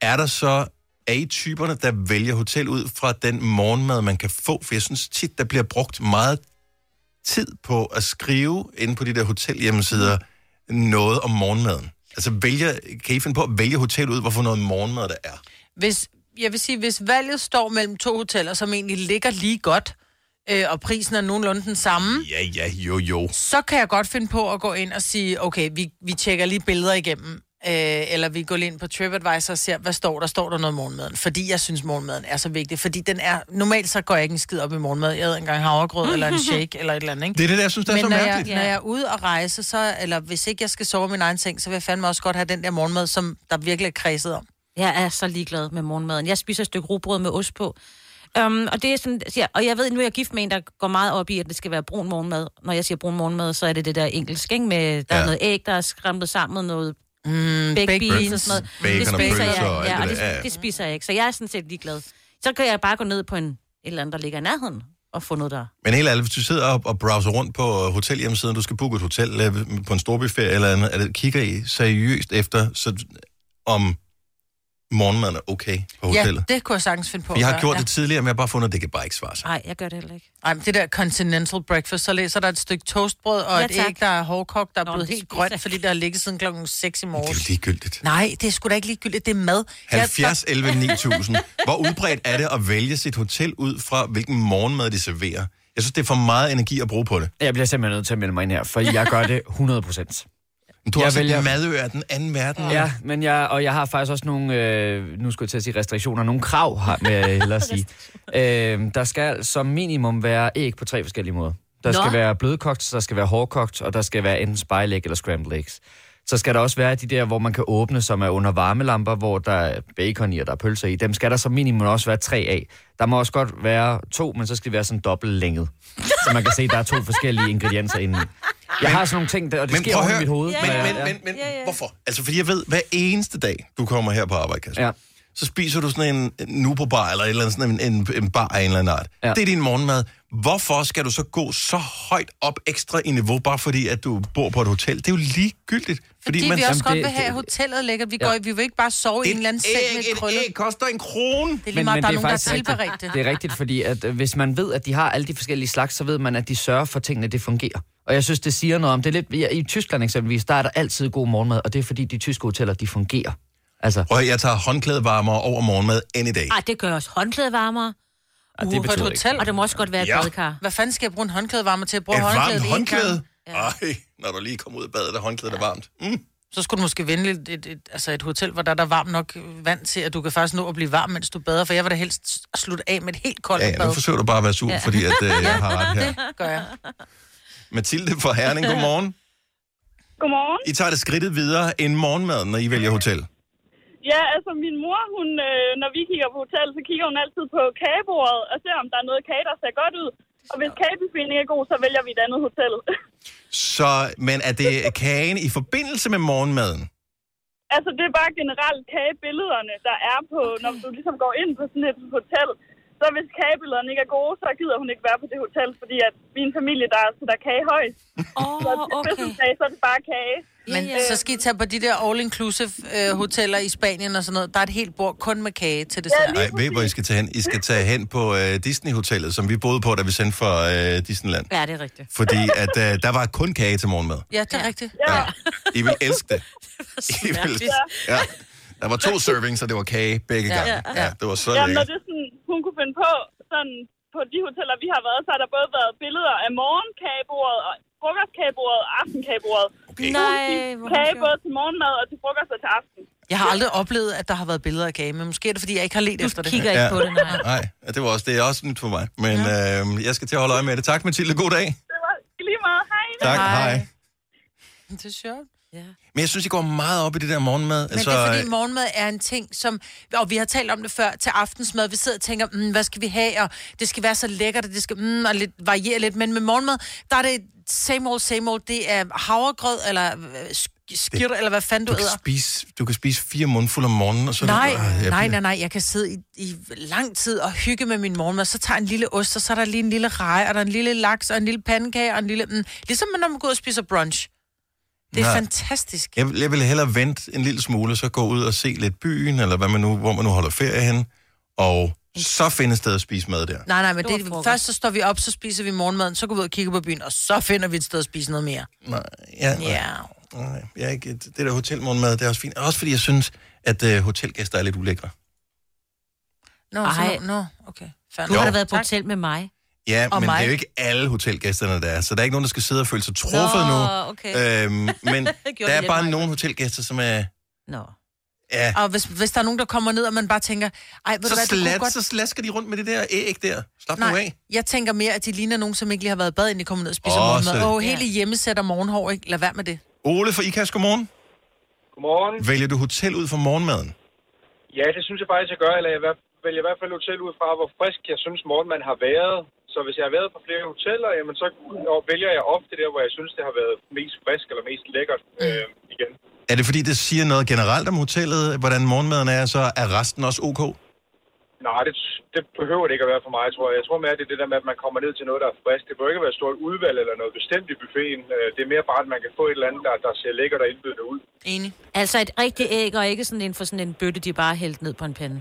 S1: er der så er I typerne, der vælger hotel ud fra den morgenmad, man kan få? For jeg synes tit, der bliver brugt meget tid på at skrive inde på de der hotelhjemmesider noget om morgenmaden. Altså, vælger, kan I finde på at vælge hotel ud, hvorfor noget morgenmad der er?
S4: Hvis, jeg vil sige, hvis valget står mellem to hoteller, som egentlig ligger lige godt, øh, og prisen er nogenlunde den samme,
S1: Ja, ja, jo, jo.
S4: så kan jeg godt finde på at gå ind og sige, okay, vi, vi tjekker lige billeder igennem, øh, eller vi går lige ind på TripAdvisor og ser, hvad står der? Står der noget om morgenmaden? Fordi jeg synes, morgenmaden er så vigtig, fordi den er, normalt så går jeg ikke en skid op i morgenmad. Jeg æder engang havregrød eller en shake eller et eller andet, ikke?
S1: Det er det, der, jeg synes, der er
S4: Men
S1: så
S4: når
S1: mærkeligt.
S4: Jeg, når jeg er ude og rejse, så, eller hvis ikke jeg skal sove i min egen seng, så vil jeg fandme også godt have den der morgenmad, som der virkelig er kredset om.
S3: Jeg er så ligeglad med morgenmaden. Jeg spiser et stykke rugbrød med ost på. Um, og, det er sådan, ja, og jeg ved, nu er jeg gift med en, der går meget op i, at det skal være brun morgenmad. Når jeg siger brun morgenmad, så er det det der engelsk, ikke? Med, der ja.
S1: Ja.
S3: er noget æg, der er skræmmet sammen med noget
S4: mm,
S3: baked
S1: baked
S3: beans og
S1: beans,
S3: sådan noget.
S1: bacon
S3: Det
S1: og
S3: spiser
S1: pølser
S3: jeg,
S1: og alt
S3: ja,
S1: det
S3: og
S1: der.
S3: det,
S1: Ja, ja.
S3: det spiser jeg ikke. Så jeg er sådan set ligeglad. Så kan jeg bare gå ned på en et eller andet, der ligger i nærheden og få noget der.
S1: Men helt ærligt, hvis du sidder og, og browser rundt på øh, hotelhjemmesiden, du skal booke et hotel øh, på en storbyferie eller andet, er det, kigger I seriøst efter, så, om morgenmaden er okay på hotellet?
S4: Ja, det kunne jeg sagtens finde på.
S1: For jeg har
S4: at
S1: gjort
S4: gøre,
S1: det tidligere, men jeg har bare fundet, at det kan bare ikke svare sig.
S3: Nej, jeg gør det heller ikke.
S4: Ej, men det der continental breakfast, så læser der et stykke toastbrød og
S3: Ja,
S4: ja, et
S3: tak.
S4: æg, der er hårdkogt, der er blevet
S3: det
S4: helt grønt, fordi der har ligget siden klokken 6 i
S1: Det er jo
S4: morges.
S1: ligegyldigt.
S4: Nej, det er sgu da ikke ligegyldigt, det er mad. Jeg-
S1: 70, 11, 9000. Hvor udbredt er det at vælge sit hotel ud fra, hvilken morgenmad de serverer? Jeg synes, det er for meget energi at bruge på det.
S14: Jeg bliver simpelthen nødt til at melde mig ind her, for jeg gør det 100 procent.
S1: Du har også et madø af den anden verden.
S14: Ja, men jeg, og jeg har faktisk også nogle, øh, nu skulle jeg til at sige restriktioner, nogle krav, har, med jeg hellere sige. Øh, der skal som minimum være æg på tre forskellige måder.
S15: Nå.
S14: Der skal være blødkogt, der skal være hårdkogt, og der skal være enten spejlæg eller scrambled eggs. Så skal der også være de der, hvor man kan åbne, som er under varmelamper, hvor der er bacon i, og der er pølser i. Dem skal der som minimum også være tre af. Der må også godt være to, men så skal det være sådan dobbelt længet. Så man kan se, at der er to forskellige ingredienser inde. Jeg har sådan nogle ting, der, og det
S1: Men
S14: sker
S1: prøv at
S14: oven i
S1: høre.
S14: mit hoved.
S1: Ja,
S14: når
S1: ja,
S14: jeg-
S1: men- men- men- Hvorfor? Altså, fordi jeg ved, hver eneste dag, du kommer her på arbejde, Kasper, ja. så spiser du sådan en nubo bar eller, et eller andet, sådan en, en, en bar af en eller anden art. Ja. Det er din morgenmad. Hvorfor skal du så gå så højt op ekstra i niveau, bare fordi, at du bor på et hotel? Det er jo ligegyldigt.
S4: Fordi, fordi man, vi også godt vil have at hotellet lækkert. Vi, går, vi vil ikke bare sove i en eller anden seng med et krølle.
S1: Det koster en krone.
S4: Det er lige meget, der er nogen, der er tilberedt det.
S14: det er rigtigt, fordi at, øh, hvis man ved, at de har alle de forskellige slags, så ved man, at de sørger for at tingene, det fungerer. Og jeg synes, det siger noget om det. Er lidt, ja, I Tyskland eksempelvis, der er der altid god morgenmad, og det er fordi, de tyske hoteller, de fungerer. Altså.
S1: Prøv at høre, jeg tager håndklædevarmere over morgenmad any day.
S3: Ej, Ah, det gør også håndklæde varmere. Uh,
S1: Ej, det
S3: Uha, på et
S1: betyder
S3: hotel.
S1: ikke.
S3: Og det må også godt være et
S1: Ja.
S3: badekar.
S4: Hvad fanden skal jeg bruge en håndklædevarmer til? Jeg bruger
S1: Et
S4: håndklædet
S1: varmt
S4: én
S1: håndklæde?
S4: gang.
S1: Ej, når du lige kommer ud af badet, er håndklædet er varmt. Mm.
S4: Så skulle du måske vende lidt et, et, altså et hotel, hvor der er der varmt nok vand til, at du kan faktisk nå at blive varm, mens du bader. For jeg vil da helst s- slutte af med et helt koldt
S1: Ja, ja,
S4: bad.
S1: nu forsøger du bare at være sur, fordi at, øh, jeg har ret her.
S4: Det gør jeg.
S1: Mathilde fra Herning, godmorgen.
S15: Godmorgen.
S1: I tager det skridtet videre end morgenmad, når I vælger hotel.
S15: Ja, altså min mor, hun, øh, når vi kigger på hotel, så kigger hun altid på kagebordet og ser, om der er noget kage, der ser godt ud. Og hvis kagebuffeten ikke er god, så vælger vi et andet hotel.
S1: Så, men er det kagen i forbindelse med morgenmaden?
S15: altså det er bare generelt kagebillederne, der er på, okay. når du ligesom går ind på sådan et hotel. Så hvis kagebillederne ikke er gode, så gider hun ikke være på det hotel, fordi at min familie, der sætter kage højt.
S3: Oh,
S15: så til okay. fødselsdag, så er det bare kage.
S4: Men
S15: Øh,
S4: så skal I tage på de der all-inclusive øh, hoteller i Spanien og sådan noget. Der er et helt bord kun med kage til dessert.
S1: Nej, ved I, hvor I skal tage hen? I skal tage hen på øh, Disney-hotellet, som vi boede på, da vi sendte fra øh, Disneyland.
S3: Ja, det er rigtigt.
S1: Fordi at, øh, der var kun kage til morgenmad.
S4: Ja, det er ja. rigtigt.
S1: Ja. I vil elske det. I vil,
S15: mærkeligt.
S1: ja. Der var to servings, og det var kage begge
S15: Ja.
S1: gange.
S15: Ja.
S1: Ja, det var så
S15: Jamen, når
S1: lækkert.
S15: det er sådan, hun kunne finde på, sådan, på de hoteller, vi har været, så har der både været billeder af morgenkagebordet, og frokostkagebordet og aftenkagebordet.
S1: Okay.
S4: Nej, hvor
S15: hvor
S4: er det
S15: Kage
S4: sjovt.
S15: både til morgenmad og til frokost og til aften.
S4: Jeg har aldrig oplevet, at der har været billeder af kage, men måske er det, fordi jeg ikke har let efter det.
S1: nej. Nej, ja, det var også, det er også nyt for mig. Men øh, jeg skal til at holde øje med det. Tak, Mathilde. God dag.
S15: Det var lige meget. Hej.
S1: Tak, hej.
S4: Det er sjovt.
S1: Men jeg synes, I går meget op i det der morgenmad.
S4: Men altså, det er fordi morgenmad er en ting, som... Og vi har talt om det før til aftensmad. Vi sidder og tænker, mm, hvad skal vi have? Og det skal være så lækkert, og det skal mm, og lidt, variere lidt. Men med morgenmad, der er det same old, same old. Det er havregrød, eller øh, sk- skirt, eller hvad fanden du,
S1: du, kan
S4: æder.
S1: spise, du kan spise fire mundfulde om morgenen, og så... er du-
S4: Nej,
S1: Ah, jeg
S4: nej,
S1: bliver-
S4: nej, nej. Jeg kan sidde i, i lang tid og hygge med min morgenmad. Så tager jeg en lille ost, og så er der lige en lille rej, og der er en lille laks, og en lille pandekage, og en lille... Mm, ligesom når man går ud og spiser brunch. Det er
S1: Nej.
S4: fantastisk.
S1: Jeg, vil- jeg vil hellere vente en lille smule, så gå ud og se lidt byen, eller hvad man nu, hvor man nu holder ferie hen, og så finde et sted at spise mad der.
S4: Nej, nej, men det, er- først så står vi op, så spiser vi morgenmaden, så går vi ud og kigger på byen, og så finder vi et sted at spise noget mere.
S1: Nej, ja, nej.
S4: Ja.
S1: Nej, jeg er ikke, det der hotelmorgenmad, det er også fint. Også fordi jeg synes, at øh, hotelgæster er lidt ulækre.
S4: Nå,
S3: Ej.
S4: så, nå okay. Fair
S3: Du har
S1: Jo.
S3: da været på hotel med mig.
S1: Ja,
S3: Og
S1: men
S3: mig.
S1: det er jo ikke alle hotelgæsterne, der er. Så der er ikke nogen, der skal sidde og føle sig truffet
S3: Nå,
S1: nu.
S3: okay.
S1: Øhm, men
S3: Det gjorde
S1: der er
S3: vi
S1: bare
S3: lidt,
S1: nogle hotelgæster, som er...
S3: Nå.
S1: Ja,
S4: Og hvis, hvis der er nogen, der kommer ned, og man bare tænker, ej, ved
S1: så,
S4: du hvad, det
S1: slat,
S4: kunne godt...
S1: så slasker de rundt med det der æg der. Slap nu
S4: Nej,
S1: af.
S4: jeg tænker mere, at de ligner nogen, som ikke lige har været i bad, inden de kommer ned og spiser
S1: Åh,
S4: oh, morgenmad.
S1: så-
S4: Og hele hjemmesæt og morgenhår, ikke? Lad være med det.
S1: Ole fra IKAS, godmorgen.
S16: Godmorgen.
S1: Vælger du hotel ud for morgenmaden?
S16: Ja, det synes jeg faktisk, jeg gør, eller jeg vær- vælger i hvert fald hotel ud fra, hvor frisk jeg synes, morgenmand har været. Så hvis jeg har været på flere hoteller, jamen, så vælger jeg ofte der, hvor jeg synes, det har været mest frisk eller mest lækkert
S4: Mm.
S16: øh, igen.
S1: Er det fordi, det siger noget generelt om hotellet, hvordan morgenmaden er, så er resten også ok?
S16: Nej, det, det behøver det ikke at være for mig, tror jeg. Jeg tror mere, at det er det der med, at man kommer ned til noget, der er frisk. Det behøver ikke at være et stort udvalg eller noget bestemt i buffeten. Øh, Det er mere bare, at man kan få et eller andet, der, der ser lækkert og indbydende ud.
S4: Enig.
S3: Altså et rigtigt æg, og ikke sådan en for sådan en bøtte, de bare hældt ned på en pande.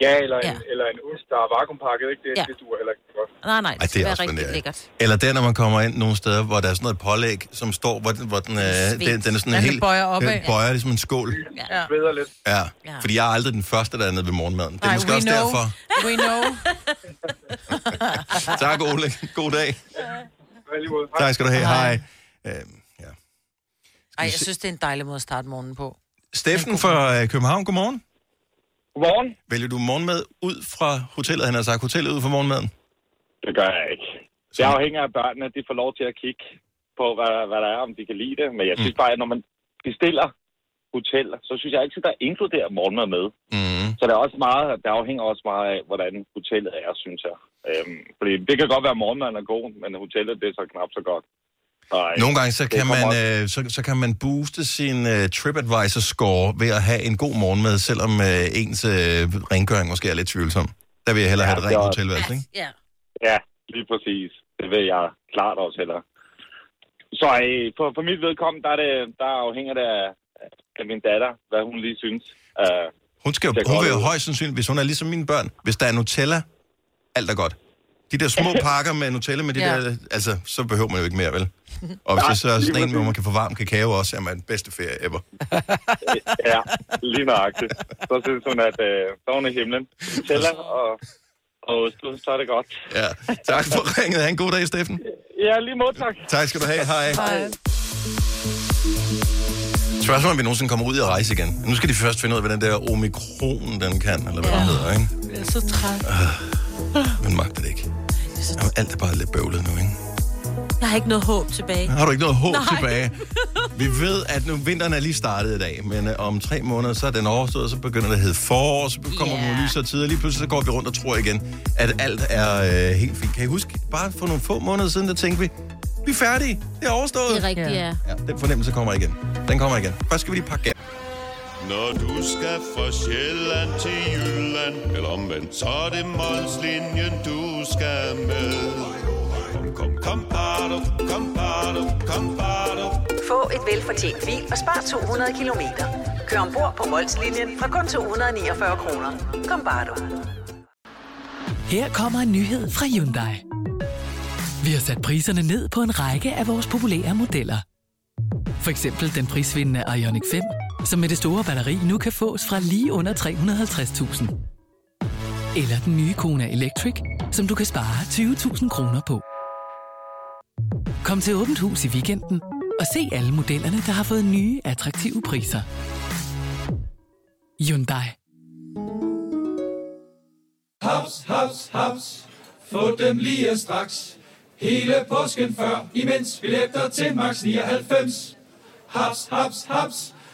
S16: Ja, eller en,
S3: Ja.
S16: ja. Eller en ost, der er vakuumpakket. Ikke? Det,
S3: Ja.
S16: ja. det duer heller ikke godt.
S3: Nej, nej, det, Ej,
S1: Ej, det
S3: det skal
S1: er
S3: være
S1: også
S3: rigtig
S1: banalt.
S3: lækkert.
S1: Eller der, når man kommer ind nogle steder, hvor der er sådan noget pålæg, som står, hvor den, hvor den, øh,
S3: Svedt.
S1: den, den er sådan
S3: Den
S1: helt...
S3: bøjer opad.
S1: den bøjer ligesom en skål.
S16: Ja. Sveder lidt.
S1: Ja. ja. Fordi jeg er aldrig den første, der er nede ved morgenmaden. Det er
S4: Nej,
S1: måske
S4: we
S1: også
S4: know.
S1: derfor.
S4: We know.
S1: Tak, Ole. God dag.
S16: Alligevel.
S1: Tak skal du have. Hej.
S4: Ej, jeg synes, det er en dejlig måde at starte morgenen på.
S1: Steffen fra øh, København, godmorgen.
S16: Godmorgen.
S1: Vælger du morgenmad ud fra hotellet? Han har sagt hotellet ud fra morgenmaden.
S17: Det gør jeg ikke. Det afhænger af børnene, de får lov til at kigge på, hvad, hvad der er, om de kan lide det. Men jeg
S1: Mm.
S17: synes bare, at når man bestiller hotel, så synes jeg altid, der inkluderer morgenmad med.
S1: Mm.
S17: Så der, er også meget, der afhænger også meget af, hvordan hotellet er, synes jeg. Øhm, fordi det kan godt være, at morgenmaden er god, men hotellet det er så knap så godt. Nej,
S1: Nogle gange så kan, man, øh, så, så kan man booste sin øh, TripAdvisor-score ved at have en god morgenmad, selvom øh, ens øh, rengøring måske er lidt tvivlsom. Der vil jeg hellere
S17: Ja,
S1: have et
S17: det
S1: rent
S17: er-
S1: hotelværelse, ikke?
S3: Ja.
S17: Ja, Lige præcis. Det vil jeg klart også heller. Så øh, for, for mit vedkommende, der, er det, der afhænger det af, af min datter, hvad hun lige synes. Uh,
S1: Hun skal jo, hun vil jo højst sandsynligt, hvis hun er ligesom mine børn, hvis der er Nutella, alt er godt. De der små pakker med Nutella, med de
S17: Ja.
S1: ja. der, altså, så behøver man jo ikke mere, vel? Og hvis
S17: Nej,
S1: det så er
S17: lige
S1: sådan en,
S17: præcis.
S1: hvor man kan få varm kakao også, er man bedste ferie ever.
S17: ja, lige nøjagtigt. Så synes hun, at øh, så er hun i himlen. Tæller og, og ost, så er det godt.
S1: Ja. Tak for ringet. Ha' en god dag, Steffen.
S17: Ja, lige måde, tak.
S1: Tak skal du have. Hej. Spørgsmålet er, om vi nogensinde kommer ud i at rejse igen. Nu skal de først finde ud af, hvad den der omikron, den kan, eller hvad ja. den hedder, ikke?
S4: Jeg er så træt.
S1: Man magter det ikke. Jamen, alt er bare lidt bøvlet nu, ikke?
S3: Jeg har ikke noget håb tilbage.
S1: Har du ikke noget håb
S3: Nej.
S1: tilbage? Vi ved, at nu vinteren er lige startet i dag, men øh, om tre måneder, så er den overstået, og så begynder det at hedde forår, så kommer yeah. nogle lysere tider, og lige pludselig så går vi rundt og tror igen, at alt er øh, helt fint. Kan I huske, bare for nogle få måneder siden, der tænkte vi, vi er færdige, det er overstået.
S2: Det er rigtigt, ja.
S1: Ja, den fornemmelse kommer igen. Den kommer igen. Først skal vi lige pakke af.
S7: Når du skal fra Sjælland til Jylland Eller omvendt, så er det Molslinjen, du skal med Kom, kom, kom, bado, kom, bado, kom, bado.
S5: Få et velfortjent bil og spar 200 kilometer. Kør ombord på Molslinjen fra kun 249 kroner. Kom bare du.
S8: Her kommer en nyhed fra Hyundai. Vi har sat priserne ned på en række af vores populære modeller. For eksempel den prisvindende Ioniq 5, som med det store batteri nu kan fås fra lige under 350.000. Eller den nye Kona Electric, som du kan spare 20.000 kroner på. Kom til Åbent Hus i weekenden og se alle modellerne, der har fået nye, attraktive priser. Hyundai.
S18: Haps, haps, haps. Få dem lige straks. Hele påsken før, imens vi læfter til max 99. Haps, haps, haps.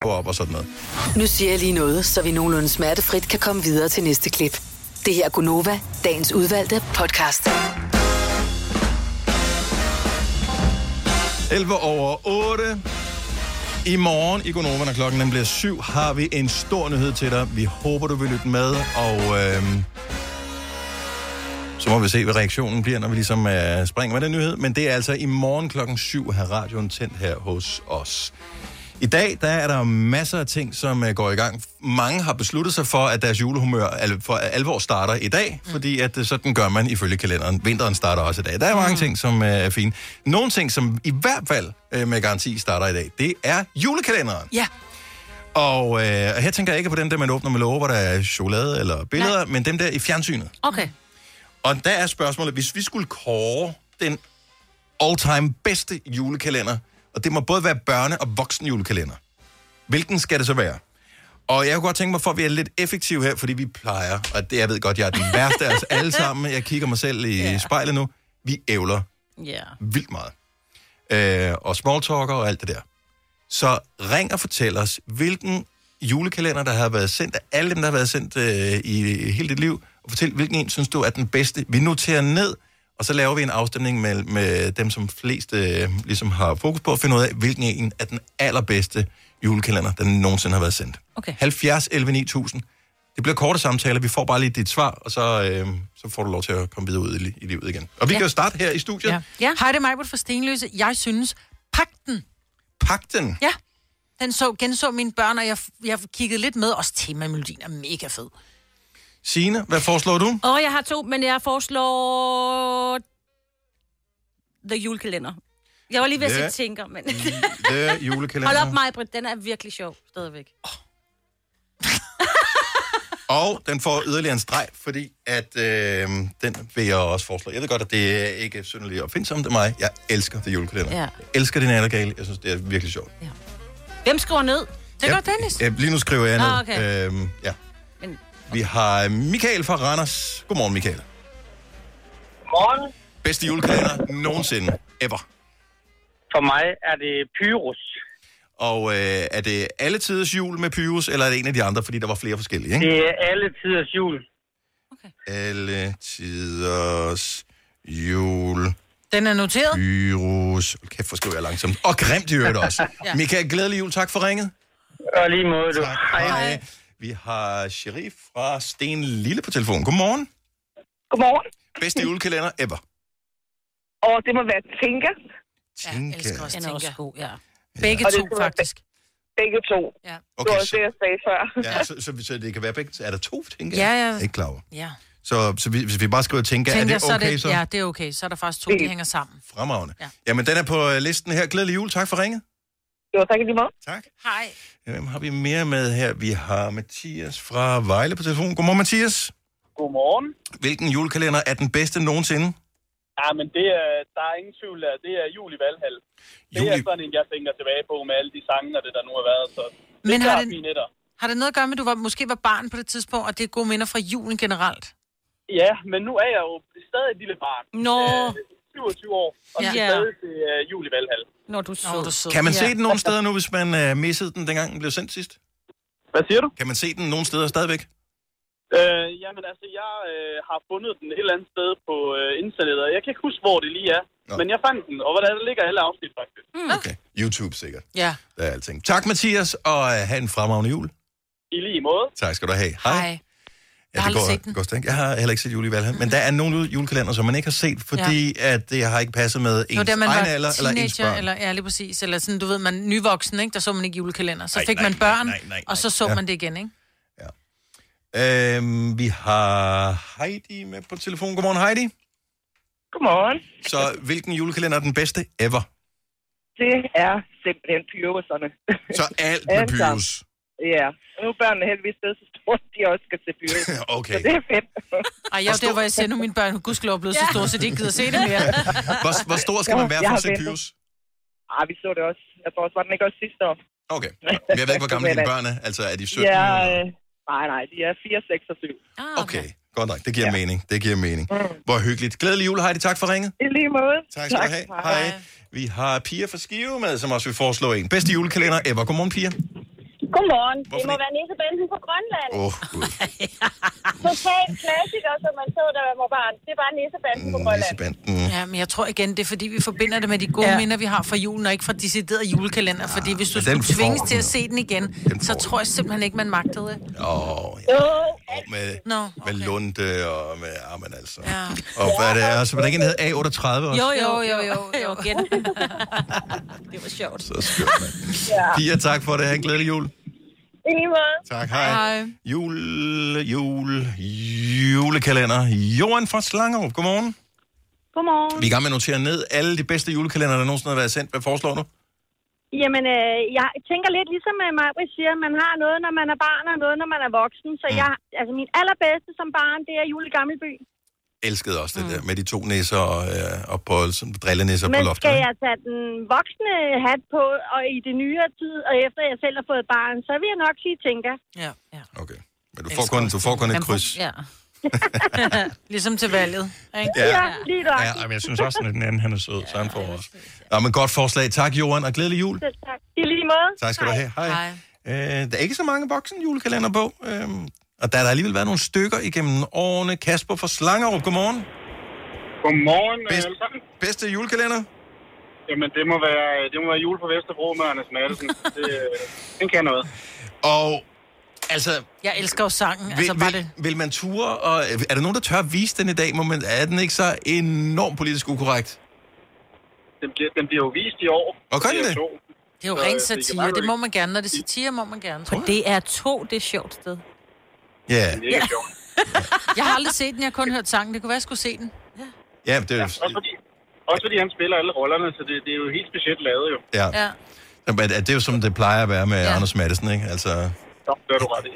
S1: Gå op og sådan noget.
S5: Nu siger jeg lige noget, så vi nogenlunde smertefrit kan komme videre til næste klip. Det her er Gunova, dagens udvalgte podcast.
S1: 11 over 8. I morgen i Gonova, når klokken den bliver 7, har vi en stor nyhed til dig. Vi håber, du vil lytte med, og øhm, så må vi se, hvad reaktionen bliver, når vi ligesom øh, springer med den nyhed. Men det er altså i morgen klokken 7, her radioen tændt her hos os. I dag, der er der masser af ting, som øh, går i gang. Mange har besluttet sig for, at deres julehumør al- for alvor starter i dag, fordi at øh, sådan gør man ifølge kalenderen. Vinteren starter også i dag. Der er mange ting, som øh, er fine. Nogle ting, som i hvert fald øh, med garanti starter i dag, det er julekalenderen.
S4: Ja.
S1: Og øh, og her tænker jeg ikke på den, der man åbner med låger, hvor der er chokolade eller billeder, Nej. men dem der i fjernsynet.
S3: Okay.
S1: Og der er spørgsmålet, hvis vi skulle kåre den all-time bedste julekalender, og det må både være børne- og voksen julekalender, hvilken skal det så være? Og jeg kunne godt tænke mig, for at vi er lidt effektive her, fordi vi plejer, og det jeg ved godt, jeg er den værste af os alle sammen, jeg kigger mig selv i yeah. spejlet nu, vi ævler
S3: Ja.
S1: vildt meget. Øh, og smalltalker og alt det der. Så ring og fortæl os, hvilken julekalender, der har været sendt, af alle dem, der har været sendt øh, i hele dit liv, og fortæl, hvilken en synes du er den bedste. Vi noterer ned, og så laver vi en afstemning med, med dem, som flest øh, ligesom har fokus på at finde ud af, hvilken en er den allerbedste julekalender, der nogensinde har været sendt.
S3: Okay.
S1: 70 11 9000. Det bliver korte samtaler, vi får bare lige dit svar, og så, øh, så får du lov til at komme videre ud i, li- i livet igen. Og vi ja.
S4: Ja.
S1: kan jo starte her i studiet. Ja.
S4: Ja. Hej, det er Majbert fra Stenløse. Jeg synes, pakten,
S1: Pakten.
S4: ja, den så, genså mine børn, og jeg, jeg kiggede lidt med. Også temamelodien er mega fed.
S1: Signe, hvad foreslår du?
S3: Og jeg har to, men jeg foreslår... The julekalender. Jeg var lige ved at
S1: Ja.
S3: sige tænker, men...
S1: Det er julekalender. Oh.
S3: Hold op, mig, Britt. Den er virkelig sjov stadigvæk.
S1: Og den får yderligere en streg, fordi at øh, den vil jeg også foreslå. Jeg ved godt, at det er ikke synderligt opfindsomt af mig. Jeg elsker det julekalender.
S3: Ja.
S1: Jeg elsker det nattergale. Jeg synes, det er virkelig sjovt.
S3: Hvem skriver ned? Det gør Dennis.
S1: Jeg, lige nu skriver jeg ned.
S3: Ah, okay.
S1: øhm, ja.
S3: Men-
S1: Vi har Michael fra Randers. Godmorgen, Michael.
S12: Godmorgen.
S1: Bedste julekalender nogensinde. Ever.
S19: For mig er det Pyrus.
S1: Og øh, er det alle tiders jul med Pyrus, eller er det en af de andre, fordi der var flere forskellige, ikke?
S19: Det er alle tiders jul.
S1: Alle tiders jul.
S4: Den er noteret.
S1: Pyrus. Hold Kæft, hvor skriver jeg langsomt. Og grimt i øvrigt også.
S4: Ja.
S1: ja. Michael, glædelig jul. Tak for ringet.
S19: Og lige måde,
S1: du. Tak. Hej. Hej. Vi har Sherif fra Sten Lille på telefon. Godmorgen.
S20: Godmorgen.
S1: Bedste julekalender ever.
S20: Og det må være Tinka.
S1: Tinka.
S20: elsker også Tinka.
S3: også god, ja.
S20: Begge to, faktisk. Begge to. Ja. Okay, det var også det, jeg sagde før.
S1: Ja, så, så, så, det kan være begge. Er der to, tænker
S4: Ja,
S1: jeg?
S4: ja.
S1: Jeg er Ikke klar over.
S4: Ja.
S1: Så, så vi, hvis vi bare skriver tænker,
S4: Tænker,
S1: er det
S4: så er
S1: okay så?
S4: Ja, det er okay. Så er der faktisk to, de hænger sammen.
S1: Fremragende.
S4: Ja.
S1: Ja. Jamen, den er på øh, listen her. Glædelig jul. Tak for ringet.
S20: Jo, tak i lige måde.
S1: Tak.
S4: Hej.
S1: Hvem har vi mere med her? Vi har Mathias fra Vejle på telefon. Godmorgen, Mathias.
S21: Godmorgen.
S1: Hvilken julekalender er den bedste nogensinde?
S21: Ja, men det er, der er ingen tvivl af, det er jul i Valhall. Det er sådan en, jeg tænker tilbage på med alle de sange og det, der nu har været. Så det
S4: Men
S21: er
S4: har
S21: klart
S4: den-
S21: mine etter.
S4: Har det noget at gøre med, at du var, måske var barn på det tidspunkt, og det er gode minder fra julen generelt?
S21: Ja, men nu er jeg jo stadig et lille barn.
S4: Nå.
S21: Øh, 27 år, og
S4: Ja.
S21: ja. stadig til øh, jul i Valhall.
S3: Når du så.
S1: Kan man se den nogen steder nu, hvis man øh, missede den, dengang den blev sendt sidst?
S21: Hvad siger du?
S1: Kan man se den nogen steder stadigvæk?
S21: Øh, jamen altså, jeg øh, har fundet den et eller andet sted på øh, internettet, og jeg kan ikke huske, hvor det lige er. Nå. Men jeg fandt den, og hvordan der ligger alle afsnit faktisk.
S4: Mm.
S1: Okay. YouTube sikkert.
S4: Ja.
S1: Der er alting. Tak, Mathias, og øh, have en fremragende jul.
S21: I lige måde.
S1: Tak skal du have. Hej. Hej.
S4: Jeg har aldrig
S1: det går,
S4: set den.
S1: går stærkt. Jeg har heller ikke set jul i Valhall, men der er nogle julekalender, som man ikke har set, fordi ja. at det har ikke passet med
S4: Det var
S1: ens
S4: der, man
S1: egen
S4: var
S1: alder eller ens
S4: teenager,
S1: børn.
S4: eller, ja, lige præcis. Eller sådan, du ved, man nyvoksen, ikke? Der så man ikke julekalender. Så
S1: Nej,
S4: fik
S1: nej,
S4: man børn,
S1: nej, nej, nej,
S4: og så så
S1: ja.
S4: man det igen, ikke?
S1: Øhm, vi har Heidi med på telefon. Godmorgen, Heidi.
S22: Godmorgen.
S1: Så hvilken julekalender er den bedste ever?
S22: Det er simpelthen pyruserne.
S1: Så alt med
S22: Alt sammen.
S1: Pyrus.
S22: Ja, og nu er børnene heldigvis blevet så store, at de også skal se pyrus.
S1: Okay.
S22: Så det er fedt.
S4: Ej, jeg, det var, jeg siger nu, mine børn, gudskelov, er blevet så store, så de ikke gider se det mere.
S1: Hvor, hvor stor skal man være
S22: Jeg
S1: for
S22: har
S1: at se
S22: ventet.
S1: Pyrus?
S22: Ej, vi så det også. Jeg tror også, var den ikke også sidste år.
S1: Okay. Jeg ved ikke, hvor gamle dine børn er. Altså, er de 17?
S22: Ja, Ah, øh,
S1: eller-
S22: nej, nej, de er 4, 6 og 7.
S1: Okay, godt nok. Det giver mening. Det giver mening.
S22: Mm.
S1: Hvor hyggeligt. Glædelig jul, Heidi. Tak for ringet.
S22: I lige måde.
S1: Tak skal du have. Hej. Vi har Pia fra Skive med, som også vil foreslå en. Bedste julekalender ever. Godmorgen, Pia.
S23: Godmorgen. Hvorfor det må være nissebænsen på Grønland.
S1: Åh, oh,
S23: Total klassiker, som man så, da man var barn. Det er bare nissebænsen
S1: Mm,
S23: på Grønland.
S4: Ja, men jeg tror igen, det er fordi, vi forbinder det med de gode ja. minder, vi har fra julen, og ikke fra decideret julekalender. Fordi hvis du
S1: Ah, men
S4: skulle
S1: den får
S4: tvinges
S1: den
S4: til
S1: jo.
S4: at se den igen, så tror jeg simpelthen ikke, man magtede det.
S1: Åh,
S23: ja.
S1: Og med,
S4: Nå, okay.
S1: med Lunde og med... Ja, men altså.
S4: Ja.
S1: Og hvad det er, så var der ikke en, der hed A38 også?
S4: Jo, jo, jo, jo. jo.
S3: igen. det var sjovt.
S1: Så skønt, mand. Pia, tak for det. Ha' en glædelig jul.
S23: I lige måde.
S1: Tak, hej. Jul, jul, julekalender. Johan fra Slangerup, godmorgen.
S23: Godmorgen.
S1: Vi er i gang med at notere ned alle de bedste julekalender, der nogensinde har været sendt. Hvad foreslår du?
S23: Jamen, øh, jeg tænker lidt ligesom øh, Maj-Brit siger, man har noget, når man er barn, og noget, når man er voksen.
S1: Mm.
S23: Så jeg, altså, min allerbedste som barn, det er Jule i Gammelby.
S1: Elskede også det
S4: Mm.
S1: der med de to næser og, øh, og på, sådan, drillenisser
S23: Men
S1: på loftet.
S23: skal
S1: ikke?
S23: jeg tage den voksne hat på, og i det nyere tid, og efter jeg selv har fået barn, så vil jeg nok sige tænker.
S4: Ja.
S1: Men du får kun, du får kun et kryds.
S4: Ja. ligesom til valget, ikke?
S1: Ja. Ja,
S23: lige
S1: Ja, men jeg synes også, at den anden han er sød, så han får også. Nå, men godt forslag. Tak, Johan, og glædelig jul.
S23: Selv tak. I lige måde.
S1: Tak skal du have. Hej.
S23: Hej.
S1: Øh, der er ikke så mange voksen julekalender på. Øh, og der har der alligevel været nogle stykker igennem årene. Kasper fra Slangerup, godmorgen.
S24: Godmorgen,
S21: øh,
S1: Bedst, bedste julekalender?
S24: Jamen, det må være, det må være jul på Vesterbro med Anders Madsen. det, øh, den kan noget.
S1: Og altså...
S4: Jeg elsker jo sangen.
S1: Vil,
S4: altså, bare
S1: vil, vil man ture, og er der nogen, der tør at vise den i dag? Må man, er den ikke så enormt politisk ukorrekt?
S24: Den bliver, den bliver jo vist i år.
S1: Og gør den
S24: Det er
S1: det?
S24: to.
S4: Det er jo
S24: Så,
S4: ren
S24: øh, det kan
S4: satire.
S24: meget
S4: Det må man gerne. Når det er satire, må man gerne. På
S23: det er to, det er sjovt sted.
S1: Ja,
S24: Det er ikke sjovt.
S4: Jeg har aldrig set den. Jeg har kun hørt sangen. Det kunne være, jeg skulle se den.
S1: ja det er jo...
S24: Også fordi, også fordi han spiller alle rollerne, så det, det er jo helt specielt lavet jo.
S1: Ja. ja. Men det er jo som det plejer at være med ja. Anders Madsen, ikke? Altså,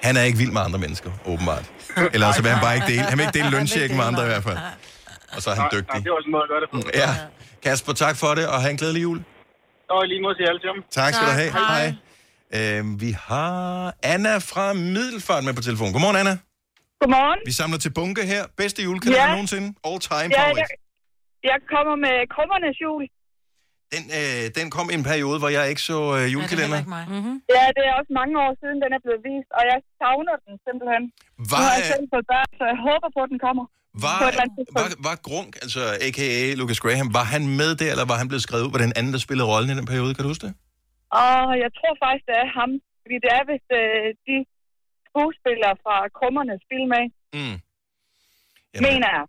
S1: han er ikke vild med andre mennesker, åbenbart. Eller altså, vil han bare ikke dele. Han vil ikke dele lønchecken med andre i hvert fald. Og så er han
S24: Nej,
S1: dygtig.
S24: det er også en måde at gøre det på.
S1: Ja. Kasper, tak for det, og have en glædelig jul.
S24: Og i lige måde til alle sammen.
S1: Tak skal du have. Hej. Øhm, vi har Anna fra Middelfart med på telefon. Godmorgen, Anna.
S25: Godmorgen.
S1: Vi samler til bunke her. Bedste julekalender
S25: Ja.
S1: nogensinde. All time
S25: Ja,
S1: favorit.
S25: jeg, jeg kommer med krummernes jul.
S1: Den, øh, den kom i en periode, hvor jeg ikke så øh, julekalender. Ja,
S4: Mm-hmm.
S20: Ja, det er også mange år siden, den er blevet vist, og jeg savner den simpelthen.
S1: Var-
S20: Nu har jeg selv fået børn, så jeg håber på, at den kommer.
S1: var,
S20: på et eller andet tidspunkt.
S1: var, var Grunk, altså a.k.a. Lucas Graham, var han med der, eller var han blevet skrevet ud på den anden, der spillede rollen i den periode? Kan du huske det?
S20: Og jeg tror faktisk, det er ham. Fordi det er vist øh, de skuespillere fra Krummernes film af,
S1: Mm.
S20: mener jeg.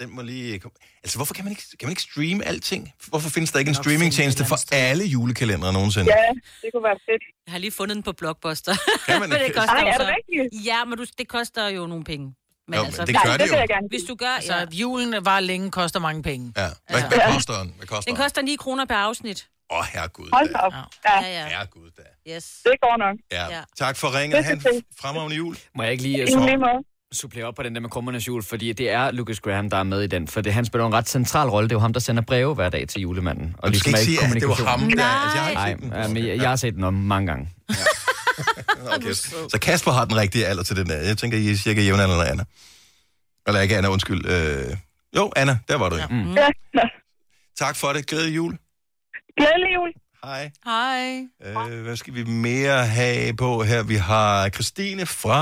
S1: Den må lige... komme- Altså, hvorfor kan man ikke, kan man ikke streame alting? Hvorfor findes der ikke en streamingtjeneste for alle julekalendere nogensinde?
S20: Ja, det kunne være fedt.
S3: Jeg har lige fundet den på Blockbuster.
S1: Kan
S3: Men det koster
S20: Ej,
S3: jo
S20: er
S3: så-
S20: det rigtigt?
S3: Ja, men du, det koster jo nogle penge. Men altså-
S1: Jo, men det gør Nej, det det jo. vil jeg gerne
S3: Hvis du gør,
S4: Altså,
S3: ja.
S4: julen var længe, koster mange penge.
S1: Ja. Hvad,
S4: Ja.
S1: hvad koster den? Hvad koster
S3: Den
S1: den?
S3: koster 9 kroner per afsnit.
S1: Åh, oh, herregud.
S3: Hold
S1: da.
S3: op. Ja, ja. ja.
S1: Herregud da.
S3: Yes.
S20: Det går nok.
S1: Ja. Tak for ringet. Han fremragende jul.
S6: Må jeg ikke lige
S14: øh,
S20: I lige måde.
S6: supplere op på den der med krummernes jul, fordi det er Lucas Graham, der er med i den, for det, han spiller en ret central rolle. Det er jo ham, der sender breve hver dag til julemanden. Og
S1: du
S14: ligesom
S1: skal ikke
S6: er i
S1: sige, at det var
S6: kommunikation.
S1: ham, der- altså, jeg har ikke
S6: Nej,
S1: set den.
S6: ja, men jeg, jeg har set den om mange gange.
S1: Okay. Så Kasper har den rigtige alder til den der. Jeg tænker, I er cirka jævnaldrende Anna. Eller ikke Anna, undskyld. Øh... Jo, Anna, der var du. Ja. Mm.
S20: Ja.
S1: Tak for det. Glædelig jul.
S20: Glædelig jul.
S1: Hej.
S4: Hej.
S1: Øh, hvad skal vi mere have på her? Vi har Christine fra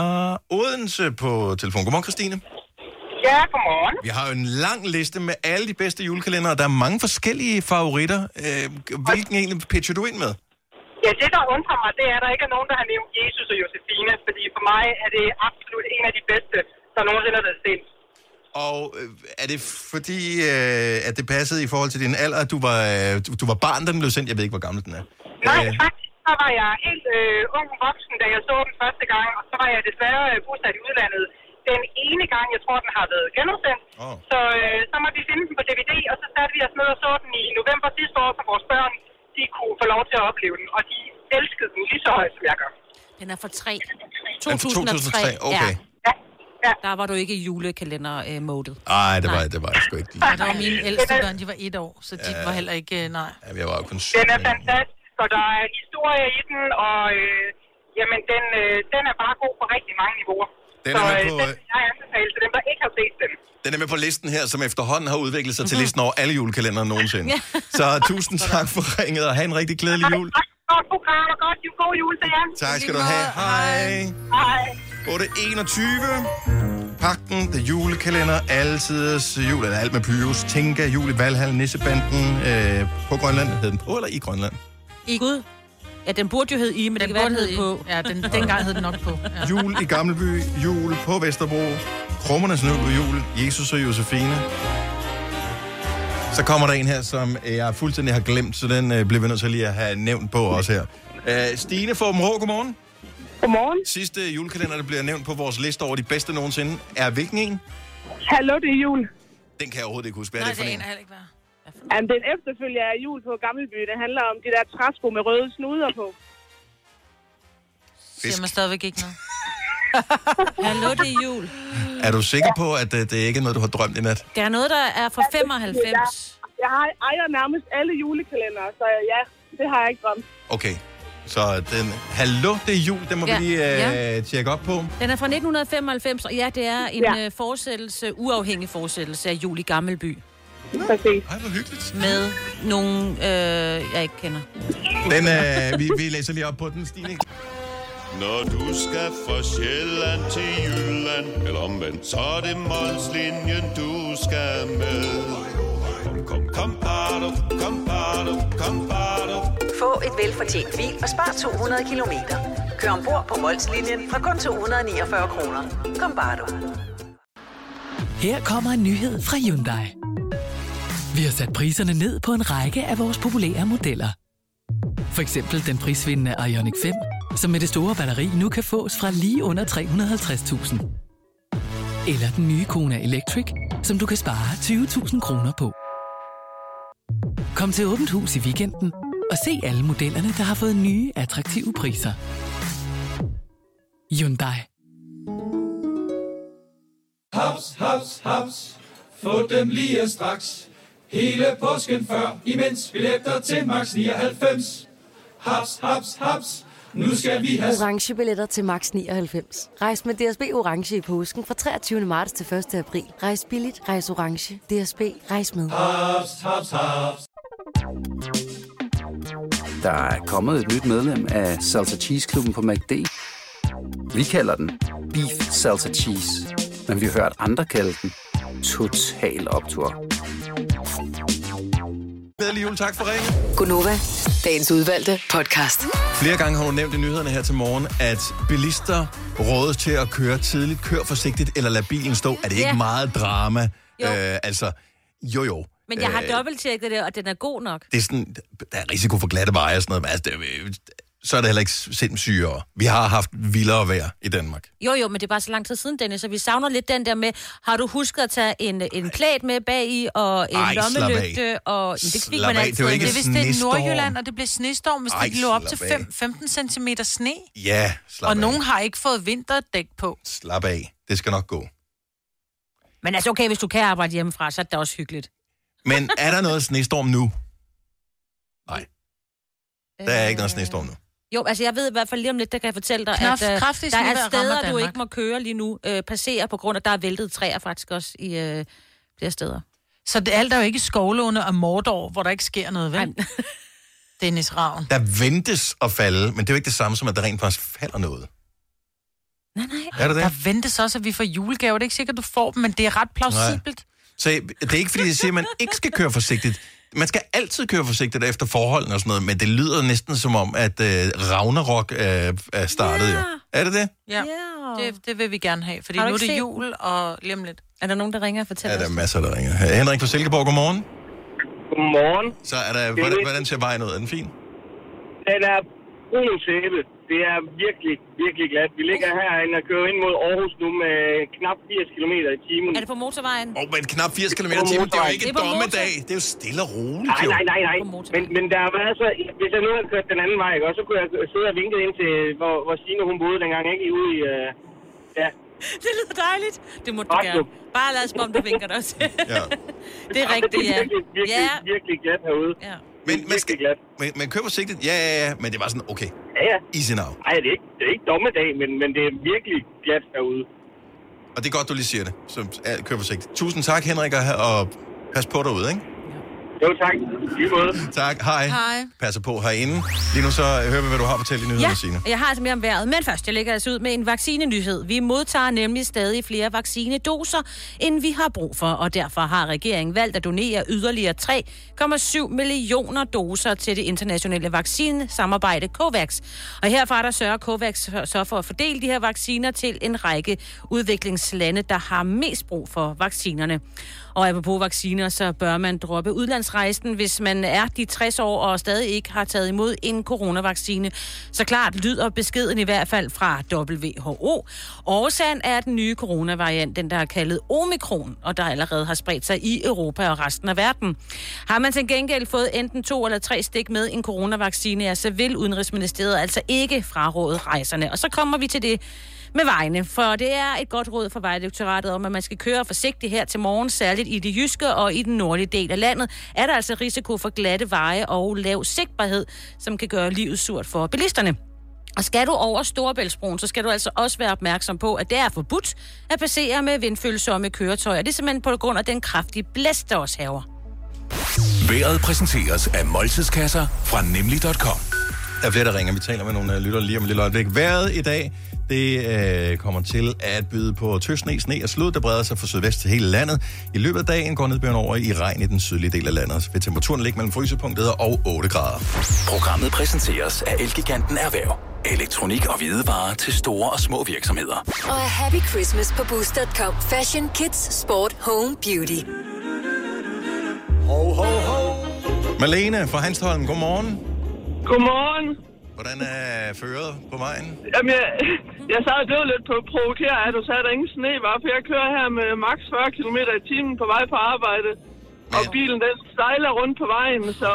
S1: Odense på telefon. Godmorgen, Christine.
S20: Ja, godmorgen.
S1: Vi har jo en lang liste med alle de bedste julekalendere. Der er mange forskellige favoritter. Øh, hvilken egentlig pitcher du ind med?
S22: Ja, det der undrer mig, det er, at der ikke er nogen, der har nævnt Jesus og Josefine, fordi for mig er det absolut en af de bedste, der nogensinde har været set.
S1: Og øh, er det fordi, øh, at det passede i forhold til din alder, at du var, øh, du, du var barn, da den blev sendt? Jeg ved ikke, hvor gammel den er.
S22: Nej,
S1: Øh,
S22: faktisk så var jeg helt øh, ung voksen, da jeg så den første gang, og så var jeg desværre øh, bosat i udlandet den ene gang, jeg tror, den har været genudsendt.
S1: Oh.
S22: Så, øh, så måtte vi finde den på DVD, og så satte vi os ned og så den i november sidste år, så vores børn de kunne få lov til at opleve den, og de elskede den lige så højt, som jeg gør.
S3: Den er for 3.
S1: Altså, Den er fra 2003, okay.
S3: Ja.
S22: Ja.
S3: Der var du ikke i julekalender-modet.
S1: Ej, det var, det var jeg sgu ikke.
S4: Nej, der var mine ældste børn, de var et år, så de
S1: Ja.
S4: var heller ikke, øh, nej.
S1: Jamen, Jeg var jo kun syv.
S22: Den er fantastisk, og der er historie i den, og øh, jamen, den, øh, den er bare god på rigtig mange niveauer.
S1: Den
S22: så
S1: er med
S22: øh,
S1: på,
S22: den
S1: øh,
S22: vil jeg anbefale til dem, der ikke har set den.
S1: Den er med på listen her, som efterhånden har udviklet sig til listen over alle julekalendere nogensinde. Så tusind tak for ringet, og have en rigtig glædelig jul.
S22: Godt program, og godt god jul til jer.
S1: Tak skal du have. Hej.
S22: Hej.
S1: 8.21. Pakten, The Julekalender, Altiders Jul, eller alt med Pyrus, Tinka, Jul i Valhall, Nissebanden øh, på Grønland. Hed den på, eller i Grønland? Ah.
S3: I Gud. Ja, den burde jo hedde I, men den det kan være, den
S4: burde
S3: hed
S4: hedde
S3: på.
S4: Ja, den, dengang hed den nok på. Ja.
S1: Jul i Gamleby, jul på Vesterbro, Krummernes Nød på jul, Jesus og Josefine. Så kommer der en her, som øh, jeg fuldstændig har glemt, så den øh, bliver vi nødt til lige at have nævnt på også her. Øh, Stine Forben Rå, godmorgen.
S20: Godmorgen.
S1: Sidste julekalender, der bliver nævnt på vores liste over de bedste nogensinde, er hvilken en?
S20: Hallo, det er jul.
S1: Den kan jeg overhovedet ikke huske. Hvad er det for en?
S4: heller ikke være.
S20: Jamen, den efterfølger af jul på Gammelby. Det handler om de der træsko med røde snuder på.
S4: Siger man stadigvæk ikke noget. Hallo, det er jul.
S1: Er du sikker på, at øh, det ikke er noget, du har drømt i nat?
S3: Det er noget, der er fra 95.
S20: Jeg, jeg har- ejer nærmest alle julekalendere, så ja, det har jeg ikke drømt.
S1: Okay. Så den, hallo, det er jul, den må
S3: Ja.
S1: vi lige øh, tjekke op på.
S3: Den er fra 1995, og ja, det er en ja. forsættelse, uafhængig forsættelse af Jul i Gammelby.
S20: Præcis.
S1: Ej, hvor hyggeligt.
S3: Med nogle, øh, jeg ikke kender.
S1: Den, øh, vi, vi læser lige op på den, Stine.
S7: Når du skal fra Sjælland til Jylland Eller omvendt, så er det Molslinjen, du skal med Kom, kom, kom, bado, kom, bado, kom, bado.
S5: Få et velfortjent bil og spar 200 kilometer. Kør ombord på Molslinjen fra kun 249 kroner. Kom bare du.
S8: Her kommer en nyhed fra Hyundai. Vi har sat priserne ned på en række af vores populære modeller. For eksempel den prisvindende Ioniq 5, som med det store batteri nu kan fås fra lige under 350.000. Eller den nye Kona Electric, som du kan spare 20.000 kroner på. Kom til Åbent Hus i weekenden og se alle modellerne, der har fået nye, attraktive priser. Hyundai.
S18: Haps, haps, haps. Få dem lige straks. Hele påsken før, imens billetter til max 99. Haps, haps, haps. Nu skal vi have...
S26: orange billetter til max 99. Rejs med DSB orange i påsken fra 23. marts til 1. april. Rejs billigt, rejs orange. DSB rejs med.
S18: Haps, haps, haps.
S27: Der er kommet et nyt medlem af Salsa Cheese Klubben på MACD. Vi kalder den Beef Salsa Cheese, men vi har hørt andre kalde den Total Optor.
S1: Glædelig jul, tak for ringen.
S5: Gunova, dagens udvalgte podcast.
S1: Flere gange har du nævnt i nyhederne her til morgen, at bilister rådes til at køre tidligt, kør forsigtigt eller lad bilen stå. Er det ikke
S3: Ja.
S1: meget drama?
S3: Jo.
S1: Øh, altså, jo jo.
S3: Men jeg har
S1: Øh,
S3: dobbelttjekket det, og den er god nok.
S1: Det er sådan, der er risiko for glatte veje og sådan noget, men altså, det, er- så er det heller ikke sindssygere. Vi har haft vildere vejr i Danmark.
S3: Jo, jo, men det er bare så lang tid siden, Dennis, så vi savner lidt den der med, har du husket at tage en, en plæt med bag i og en
S1: Ej,
S3: Ej,
S1: slap af.
S3: lommelygte? Og, men det er fordi,
S1: Slap
S3: man
S1: af,
S3: altid...
S1: det er jo
S4: Det
S1: ikke
S4: er, hvis det er
S1: snestorm.
S4: Nordjylland, og det bliver snestorm, hvis
S1: Ej,
S4: det ikke lå op til
S1: slap af.
S4: 5, 15 cm sne.
S1: Ja, slap
S4: og
S1: af.
S4: nogen har ikke fået vinterdæk på.
S1: Slap af. Det skal nok gå.
S3: Men altså, okay, hvis du kan arbejde hjemmefra, så er det også hyggeligt.
S1: Men er der noget snestorm nu? Nej. Der er ikke noget snestorm nu.
S3: Jo, altså jeg ved i hvert fald lige om lidt, der kan jeg fortælle dig,
S4: Knaf-
S3: at øh,
S4: kraftigt
S3: der
S4: snevejr
S3: er
S4: rammer
S3: steder, du
S4: Danmark.
S3: ikke må køre lige nu, øh, passerer på grund af, der er væltet træer faktisk også i øh, flere steder.
S4: Så det, alt er jo ikke skovlåne og mordår, hvor der ikke sker noget, vel? Dennis Ravn.
S1: Der ventes at falde, men det er jo ikke det samme som, at der rent faktisk falder noget.
S4: Nej, nej.
S1: Er det det?
S4: Der ventes også, at vi får julegaver. Det er ikke sikkert, du får dem, men det er ret plausibelt.
S1: Så det er ikke, fordi jeg siger, at man ikke skal køre forsigtigt. Man skal altid køre forsigtigt efter forholdene og sådan noget, men det lyder næsten som om, at øh, Ragnarok øh, er startet jo. Er det det?
S4: Ja, det, det vil vi gerne have, fordi
S3: Har du
S4: nu er
S3: ikke
S4: det
S3: set
S4: jul og lige om lidt.
S3: Er der nogen, der ringer og
S1: Ja,
S3: fortæller
S1: der er
S3: os?
S1: masser, der ringer. Henrik fra Silkeborg, godmorgen.
S9: Godmorgen.
S1: Så er der, hvordan, hvordan ser vejen ud? Er den fin?
S9: Den er brun sæbe. Det er virkelig, virkelig glat. Vi ligger herinde og kører ind mod Aarhus nu med knap 80 km i timen.
S3: Er det på motorvejen?
S1: Oh, men knap 80 km i timen, det er jo ikke
S9: Det er på
S1: dommedag. Det er jo stille og roligt.
S9: Nej,
S1: jo.
S9: nej, nej, nej. Men, men der har været så... Hvis jeg nu havde kørt den anden vej, ikke, også, så kunne jeg sidde og vinke ind til, hvor, hvor Signe hun boede dengang, ikke? Ude i... Øh, ja.
S3: Det lyder dejligt. Det må du
S9: Ej,
S3: gerne. Bare lad os om du vinker dig også.
S1: Ja.
S3: Det er rigtigt,
S9: Det er
S3: ja.
S9: virkelig, virkelig,
S3: Ja.
S9: virkelig glat herude.
S3: Ja.
S1: Men, man skal, men, men kør forsigtigt. Ja, ja, ja. Men det var sådan, okay.
S9: Ja, ja.
S1: Easy now.
S9: Nej, det er ikke, det er ikke dommedag, men, men det er virkelig glat herude.
S1: Og det er godt, du lige siger det. Så ja, kør forsigtigt. Tusind tak, Henrik, og, og pas på derude, ikke?
S9: Jo, tak. Lige måde.
S1: Tak. Hej.
S3: Hej.
S1: Passer på herinde. Lige nu så hører vi, hvad du har at fortælle i nyhederne,
S3: Ja,
S1: Signe.
S3: og jeg har altså mere om vejret, men først, jeg lægger altså ud med en vaccinenyhed. Vi modtager nemlig stadig flere vaccinedoser, end vi har brug for, og derfor har regeringen valgt at donere yderligere 3,7 millioner doser til det internationale vaccinesamarbejde COVAX. Og herfra der sørger COVAX så for at fordele de her vacciner til en række udviklingslande, der har mest brug for vaccinerne. Og apropos vacciner, så bør man droppe udlandsrejsen, hvis man er de 60 år og stadig ikke har taget imod en coronavaccine. Så klart lyder beskeden i hvert fald fra WHO. Årsagen er den nye coronavariant, den der er kaldet omikron, og der allerede har spredt sig i Europa og resten af verden. Har man til gengæld fået enten to eller tre stik med en coronavaccine, ja, så vil Udenrigsministeriet altså ikke fraråde rejserne. Og så kommer vi til det, med vejene, for det er et godt råd fra Vejdirektoratet om, at man skal køre forsigtigt her til morgen, særligt i det jyske og i den nordlige del af landet, er der altså risiko for glatte veje og lav sigtbarhed, som kan gøre livet surt for bilisterne. Og skal du over Storebæltsbroen, så skal du altså også være opmærksom på, at det er forbudt at passere med vindfølsomme køretøjer. Det er simpelthen på grund af den kraftige blæst, der også haver.
S10: Været præsenteres af måltidskasser fra nemlig.com.
S1: Der er flere, der ringer. Vi taler med nogle øh, lyttere lige om et lille øjeblik. Vejret i dag, det øh, kommer til at byde på tøsne, sne og slud, der breder sig fra sydvest til hele landet. I løbet af dagen går nedbøren over i regn i den sydlige del af landet. Så vil temperaturen ligge mellem frysepunktet og 8 grader.
S10: Programmet præsenteres af Elgiganten Erhverv. Elektronik og hvidevarer til store og små virksomheder.
S5: Og er Happy Christmas på Boost.com. Fashion, kids, sport, home, beauty.
S10: Ho, ho, ho.
S1: Malene fra Hanstholm, godmorgen.
S9: Godmorgen.
S1: Hvordan er føret på vejen?
S9: Jamen, jeg, jeg sad og blev lidt på provokeret, at du sagde, at der ingen sne var, for jeg kører her med maks 40 km i timen på vej på arbejde. Og bilen, den sejler rundt på vejen, så,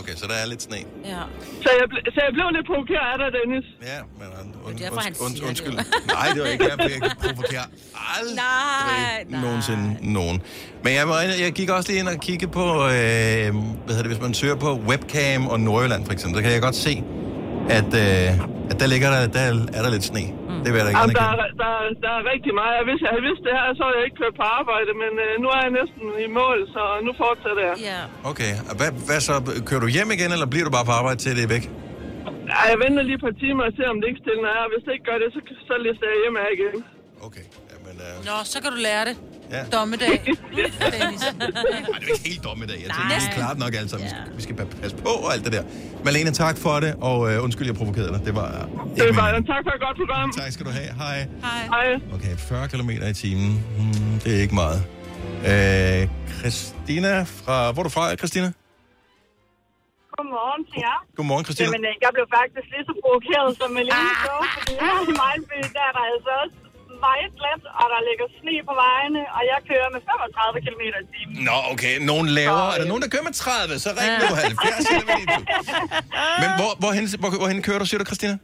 S1: Okay, så der er lidt sne.
S3: Ja.
S9: så, jeg, ble- så jeg blev lidt provokeret af dig, Dennis.
S1: Ja, men und, und,
S9: derfor, han
S1: und, und,
S9: siger
S1: undskyld.
S9: det.
S1: Nej, det var ikke derfor, jeg provokerer aldrig
S9: Nej,
S1: nogensinde nogen. Men jeg, var inde- jeg gik også lige ind og kiggede på, øh, hvad hedder det, hvis man søger på webcam og Nordjylland for eksempel, så kan jeg godt se, at, øh, at der ligger der, der er der lidt sne. Mm. Det vil jeg da gerne
S9: Jamen, der,
S1: erkende.
S9: er- der, er- der er rigtig meget. Hvis jeg havde vidst det her, så havde jeg ikke kørt på arbejde, men øh, nu er jeg næsten i mål, så nu fortsætter jeg.
S3: Ja.
S1: Okay, og hvad, hvad så? Kører du hjem igen, eller bliver du bare på arbejde til det er væk?
S9: Ej, jeg venter lige et par timer og ser, om det ikke stiller er. Hvis det ikke gør det, så, så lister jeg hjem af igen.
S4: Nå, så kan du lære det.
S1: Ja.
S4: Dommedag. Dennis.
S1: Nej, det er ikke helt dommedag. Jeg tænker, det er klart nok alt sammen. Vi skal, vi skal pa- passe på og alt det der. Malene, tak for det, og øh, undskyld, jeg provokerede dig. Det var...
S9: Det var, tak for et godt program.
S1: Tak skal du have. Hej.
S9: Hej.
S1: Okay, 40 km i timen. Hmm, det er ikke meget. Øh, Christina fra... Hvor er du fra, Christina?
S20: Godmorgen til jer.
S1: Godmorgen, Christina.
S20: Jamen, øh, jeg blev faktisk lige så provokeret som Malene så, fordi her i Mejlby, der er der altså også meget glat, og der ligger sne på vejene, og jeg kører med 35 km i timen.
S1: Nå, okay. Nogen laver... Er der nogen, der kører med 30? Så ring nu 70. Men hvor, hvorhen, hvor, hvorhen kører du, siger du, Christina?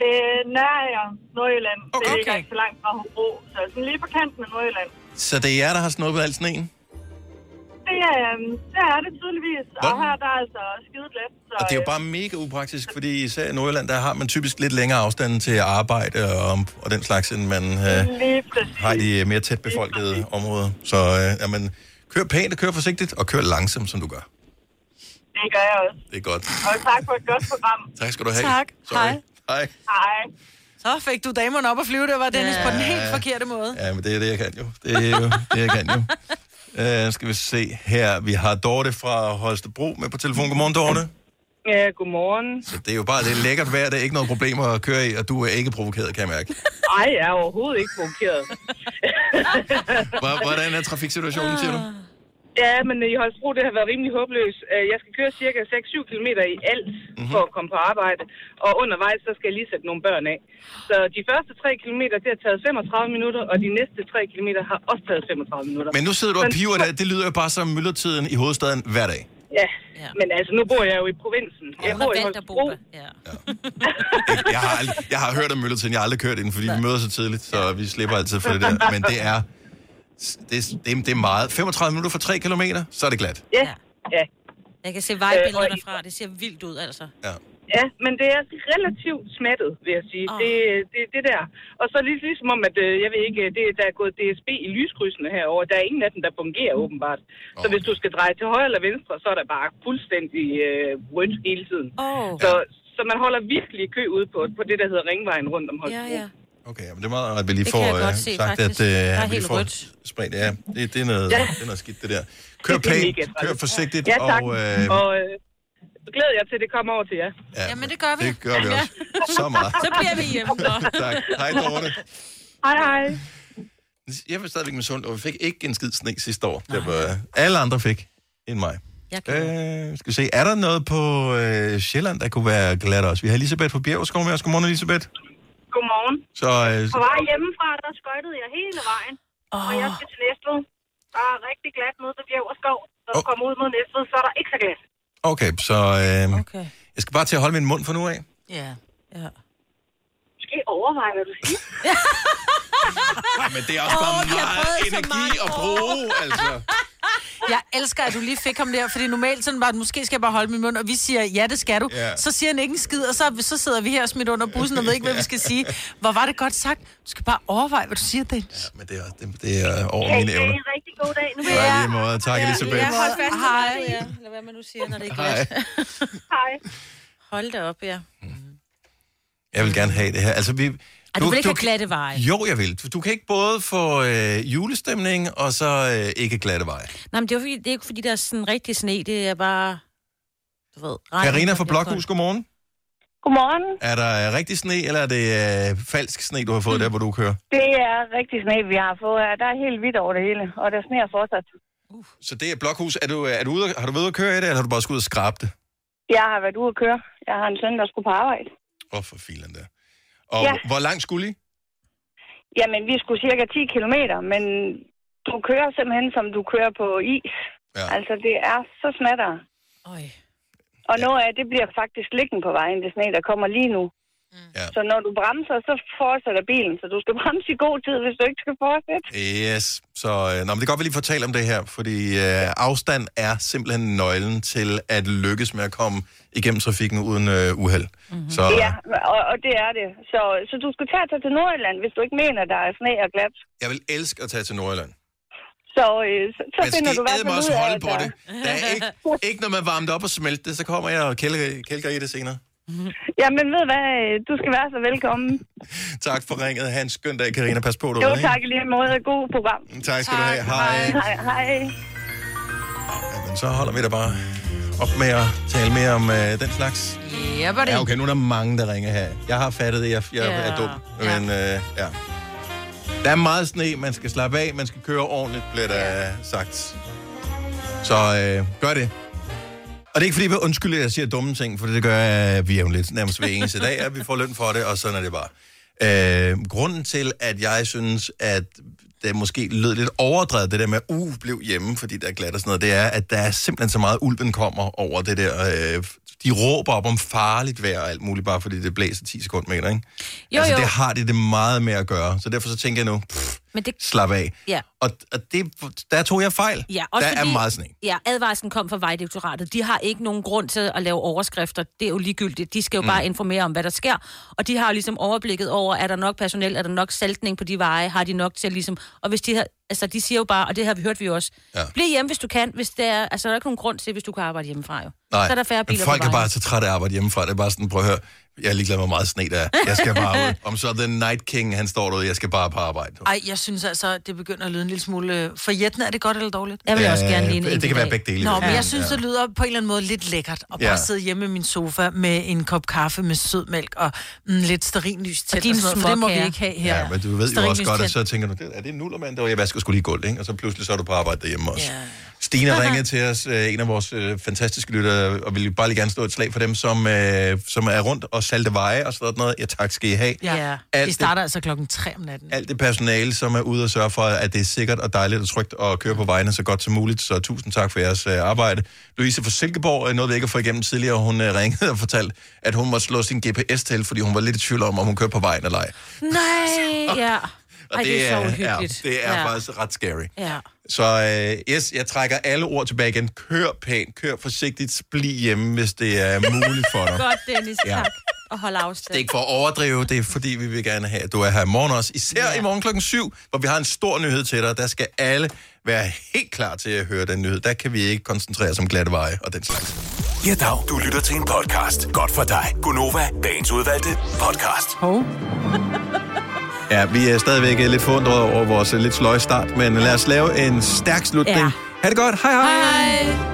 S20: Det er Nørre, Nordjylland. Okay. Det ligger ikke så langt fra Hobro, så sådan lige på kanten af Nordjylland.
S1: Så det er jer, der har snuppet al sneen?
S20: Det, øh, det er det tydeligvis, og her der er altså skide glat. Så,
S1: Og det er jo bare mega upraktisk, fordi især i Nordjylland, der har man typisk lidt længere afstande til arbejde og, og den slags, end man øh,
S20: Lige præcis.
S1: har i de øh, mere tæt befolkede områder. Så øh, jamen, kør pænt og kør forsigtigt, og kør langsomt, som du gør.
S20: Det gør jeg også.
S1: Det er godt.
S20: Og tak for et godt program.
S1: Tak skal du have.
S4: Tak.
S1: Sorry.
S4: Hej.
S1: Hej.
S20: Hej.
S4: Så fik du damerne op og flyve, der var Dennis på den helt forkerte måde.
S1: Ja, men det er det, jeg kan jo. Det er jo det, jeg kan jo. Øh, skal vi se her. Vi har Dorte fra Holstebro med på telefon. Godmorgen, Dorte.
S11: Ja, godmorgen.
S1: Det er jo bare lidt lækkert vejr. Det er ikke noget problem at køre i, og du er ikke provokeret, kan jeg mærke.
S11: Ej, jeg er overhovedet ikke provokeret.
S1: Hvor- Hvordan er trafiksituationen, siger du?
S11: Ja, men i Holstebro, det har været rimelig håbløst. Øh, Jeg skal køre cirka 6-7 km i alt
S1: Mhm.
S11: mm-hmm. for at komme på arbejde. Og undervejs, så skal jeg lige sætte nogle børn af. Så de første 3 km, det har taget 35 minutter, og de næste 3 km har også taget 35 minutter.
S1: Men nu sidder du og
S11: Men-
S1: piver der. Det lyder jo bare som myldretiden i hovedstaden hver dag.
S11: Ja, men altså, nu bor jeg jo i provinsen. Jeg bor i Holstebro.
S1: Jeg har, ald- jeg har hørt om myldretiden. Jeg har aldrig kørt den, fordi vi møder så tidligt, så vi slipper altid for det der. Men det er, det, er- det, er- det er meget. 35 minutter for 3 km, så er det glat.
S11: Ja, ja.
S3: Jeg kan se vejbilleder
S11: Øh, og i-
S3: derfra. Det ser vildt ud, altså.
S11: Ja, men det er relativt smattet, vil jeg sige. Oh. Det, det, det der. Og så lige, ligesom om, at øh, jeg ved ikke, det, der er gået DSB i lyskrydsene herover. Der er ingen af dem, der fungerer åbenbart. Så hvis du skal dreje til højre eller venstre, så er der bare fuldstændig øh, rødt hele tiden.
S3: Oh.
S11: Så, så man holder virkelig i kø ude på, på det, der hedder ringvejen rundt om Holstebro. Ja, ja.
S1: Okay, men det er meget rart, at vi lige
S11: Det
S1: får
S11: kan jeg
S1: øh,
S11: godt se,
S1: sagt,
S11: faktisk.
S1: at øh,
S11: Der er
S1: at vi
S11: helt
S1: får
S11: rødt.
S1: spredt. Ja, det, det, er noget,
S11: Ja.
S1: det er noget skidt, det der. Kør
S11: Det er
S1: pænt,
S11: mega træls.
S1: kør forsigtigt,
S11: Ja, tak.
S1: og øh,
S11: Og øh, glæder jeg til, at det kommer over til jer.
S1: Ja,
S11: Jamen, det gør
S1: det gør vi også. Så meget.
S11: Så bliver vi hjemme, så.
S1: tak. Hej, Dorte.
S11: Hej, hej.
S1: Jeg var stadigvæk med sund, og vi fik ikke en skid sne sidste år. Det var, alle andre fik, end mig.
S3: Jeg kan.
S1: Øh, skal vi se, er der noget på øh, Sjælland, der kunne være glat også? Vi har Elisabeth fra Bjergskov med os. Godmorgen, Elisabeth.
S20: Godmorgen.
S1: Så, øh,
S20: På vej hjemmefra, der skøjtede jeg hele vejen. Oh. Og jeg skal til Næstved. Der er rigtig glat nede ved Bjerg og Skov. Når du oh. kommer ud mod Næstved, så er der ikke så glat.
S1: okay, så øh, okay. jeg skal bare til at holde min mund for nu af.
S4: Ja. ja.
S20: Måske overveje, hvad du siger.
S1: Ej, men det er også
S4: Åh,
S1: bare
S4: vi har
S1: meget
S4: prøvet så
S1: energi
S4: mange
S1: at bruge, altså.
S4: Jeg elsker, at du lige fik ham der, fordi normalt sådan var, at måske skal jeg bare holde min mund, og vi siger, ja, det skal du.
S1: Ja.
S4: Så siger han ikke en skid, og så, så sidder vi her smidt under bussen og ved ikke, hvad vi skal sige. Hvor var det godt sagt? Du skal bare overveje, hvad du siger, Dennis.
S1: Men det er, det, det er over mine evner.
S20: en rigtig god dag nu.
S1: Ja, i lige måde. Tak, Elisabeth.
S20: fast i
S4: Hej.
S20: det,
S3: Ja, eller hvad man nu siger, når det ikke
S1: Hej.
S3: er glat.
S20: Hej.
S3: Hold da op, ja.
S1: Jeg vil gerne have det her. Altså, vi,
S3: Ej, du, vil ikke have glatte veje.
S1: Jo, jeg vil. Du, du kan ikke både få øh, julestemning og så øh, ikke glatte veje.
S3: Nej, men det er, jo fordi, det er ikke fordi, der er sådan rigtig sne. Det er bare... Du ved, regn.
S1: Karina fra
S3: Det er
S1: Blokhus, godmorgen.
S13: Godmorgen.
S1: Er der øh, rigtig sne, eller er det øh, falsk sne, du har fået mm. der, hvor du kører?
S13: Det er rigtig sne, vi har fået her. Der er helt hvidt over det hele, og der sneer fortsat.
S1: Så det er Blokhus. Er du, øh, er du ude, har du været ude at køre i det, eller har du bare skulle ud og skrabe det?
S13: Jeg har været ude at køre. Jeg har en søn, der skulle på arbejde.
S1: Åh, oh, for filen der. Og
S13: Ja.
S1: ja. hvor langt skulle I?
S13: Jamen, vi skulle cirka 10 km, men du kører simpelthen, som du kører på is.
S1: Ja.
S13: Altså, det er så snatter.
S3: Øj.
S13: Og noget af det bliver faktisk liggende på vejen, det sne, der kommer lige nu.
S1: Mm. Ja.
S13: Så når du bremser, så fortsætter bilen, så du skal bremse i god tid, hvis du ikke skal fortsætte.
S1: Yes, så øh, nå, men det er godt, vi lige fortæller om det her, fordi øh, afstand er simpelthen nøglen til at lykkes med at komme igennem trafikken uden øh, uheld. Mm-hmm. Så
S13: Mhm. Ja, og, og det er det. Så, så du skal tage til Nordjylland, hvis du ikke mener, der er sne og glat.
S1: jeg vil elske at tage til Nordjylland.
S13: Så, øh, så, så
S1: Men
S13: finder
S1: skal
S13: du i hvert
S1: æde mig
S13: fald
S1: også
S13: ud af, altså.
S1: holde
S13: at
S1: på
S13: der-
S1: det. Der er ikke, ikke når man varmt op og smelter det, så kommer jeg og kælker, kælker i det senere.
S13: Jamen ved du hvad, øh, du skal være så velkommen.
S1: Tak for ringet. Ha' en skøn dag, Karina. Pas på, du
S13: Jo,
S1: ved, ikke?
S13: tak i lige måde. God program.
S1: Tak skal du have. Hej.
S13: Hej, hej.
S1: Men så holder vi da bare op med at tale mere om øh, den slags.
S4: Ja, var det.
S1: Ja, okay, nu er der mange, der ringer her. Jeg har fattet det, jeg, jeg
S4: Ja.
S1: er dum. Men øh, ja. Der er meget sne, man skal slappe af, man skal køre ordentligt, bliver der sagt. Så øh, gør det. Og det er ikke fordi, jeg undskylder, at jeg siger dumme ting, for det gør jeg jævnligt, nærmest hver eneste dag, at vi får løn for det, og sådan er det bare. Øh, grunden til, at jeg synes, at det måske lød lidt overdrevet, det der med, uh, blev hjemme, fordi der er glat og sådan noget, det er, at der er simpelthen så meget, ulven kommer over det der. Øh, de råber op om farligt vejr og alt muligt, bare fordi det blæser 10 sekunder, ikke?
S3: Jo,
S1: altså,
S3: jo.
S1: det har de det meget med at gøre, så derfor så tænker jeg nu, pff,
S3: Men det...
S1: slap af.
S3: Ja.
S1: Og, og det, der tog jeg fejl.
S3: Ja,
S1: der
S3: også
S1: er
S3: fordi,
S1: meget sne.
S3: Ja, advarslen kom fra Vejdirektoratet. De har ikke nogen grund til at lave overskrifter. Det er jo ligegyldigt. De skal jo mm. bare informere om, hvad der sker. Og de har jo ligesom overblikket over, er der nok personel, er der nok saltning på de veje, har de nok til ligesom... Og hvis de har, altså, de siger jo bare, og det har vi hørt vi jo også, ja. bliv hjemme, hvis du kan. Hvis der, er- altså, der er ikke nogen grund til, hvis du kan arbejde hjemmefra jo.
S1: Nej,
S3: Så er der færre biler
S1: men folk
S3: på
S1: er
S3: vejen.
S1: bare så trætte af at arbejde hjemmefra. Det er bare sådan, prøv at høre, jeg er ligeglad med, hvor meget sne der er. Jeg skal bare ud. Om så er The Night King, han står derude, jeg skal bare på arbejde.
S4: Ej, jeg synes altså, det begynder at lyde en lille smule... øh, For jætten er det godt eller dårligt?
S1: Jeg vil også Øh, gerne lige en det kan enkelt være dag. begge dele,
S4: Nå,
S1: vil
S4: men
S1: jeg
S4: jeg
S1: sige.
S4: synes,
S1: Ja.
S4: det lyder på en eller anden måde lidt lækkert. Og bare
S1: Ja.
S4: sidde hjemme i min sofa med en kop kaffe med sødmælk og mm, lidt sterinlys tæt. Og,
S3: dine
S4: sådan noget, for det må vi
S3: småkager.
S4: ikke have her.
S1: Ja, men du ved jo også
S4: Stearinlys
S1: godt, at
S4: tændt.
S1: så tænker du, er det en nullermand, der var jeg vasker skulle lige gulv, ikke? Og så pludselig så er du på arbejde derhjemme også. Yeah. Stine ringede til os, øh, en af vores øh, fantastiske lyttere, og ville bare lige gerne slå et slag for dem, som, øh, som er rundt og salte veje og sådan noget. Ja, tak skal I have.
S4: Ja,
S1: Alt
S4: de
S1: det-
S4: starter altså klokken 3 om natten.
S1: alt det personale, som er ude og sørge for, at det er sikkert og dejligt og trygt at køre på vejene så godt som muligt. Så tusind tak for jeres øh, arbejde. Louise fra Silkeborg, øh, noget vi ikke har fået igennem tidligere, hun øh, ringede og fortalte, at hun måtte slå sin GPS til, fordi hun var lidt i tvivl om, om hun kørte på vejen eller ej.
S3: Nej, ja.
S1: Og
S3: Ej, det er så
S1: ja,
S3: uhyggeligt.
S1: det er
S3: ja.
S1: faktisk ret scary.
S3: Ja.
S1: Så øh, yes, jeg trækker alle ord tilbage igen. Kør pænt, kør forsigtigt, bliv hjemme, hvis det er muligt for dig.
S3: Godt, Dennis,
S1: Ja.
S3: tak. Og hold afstand.
S1: Det er ikke for at overdrive, det er fordi, vi vil gerne have, at du er her i morgen også. Især ja. i morgen klokken 7, hvor vi har en stor nyhed til dig. Der skal alle være helt klar til at høre den nyhed. Der kan vi ikke koncentrere os om glatte veje og den slags.
S10: Ja, dag. Du lytter til en podcast. Godt for dig. Gunova, dagens udvalgte podcast.
S4: Hov.
S1: Ja, vi er stadigvæk øh, lidt forundret over vores øh, lidt sløje start, men lad os lave en stærk slutning.
S4: Ja.
S1: Ha' det godt. Hej hej.
S4: Hej.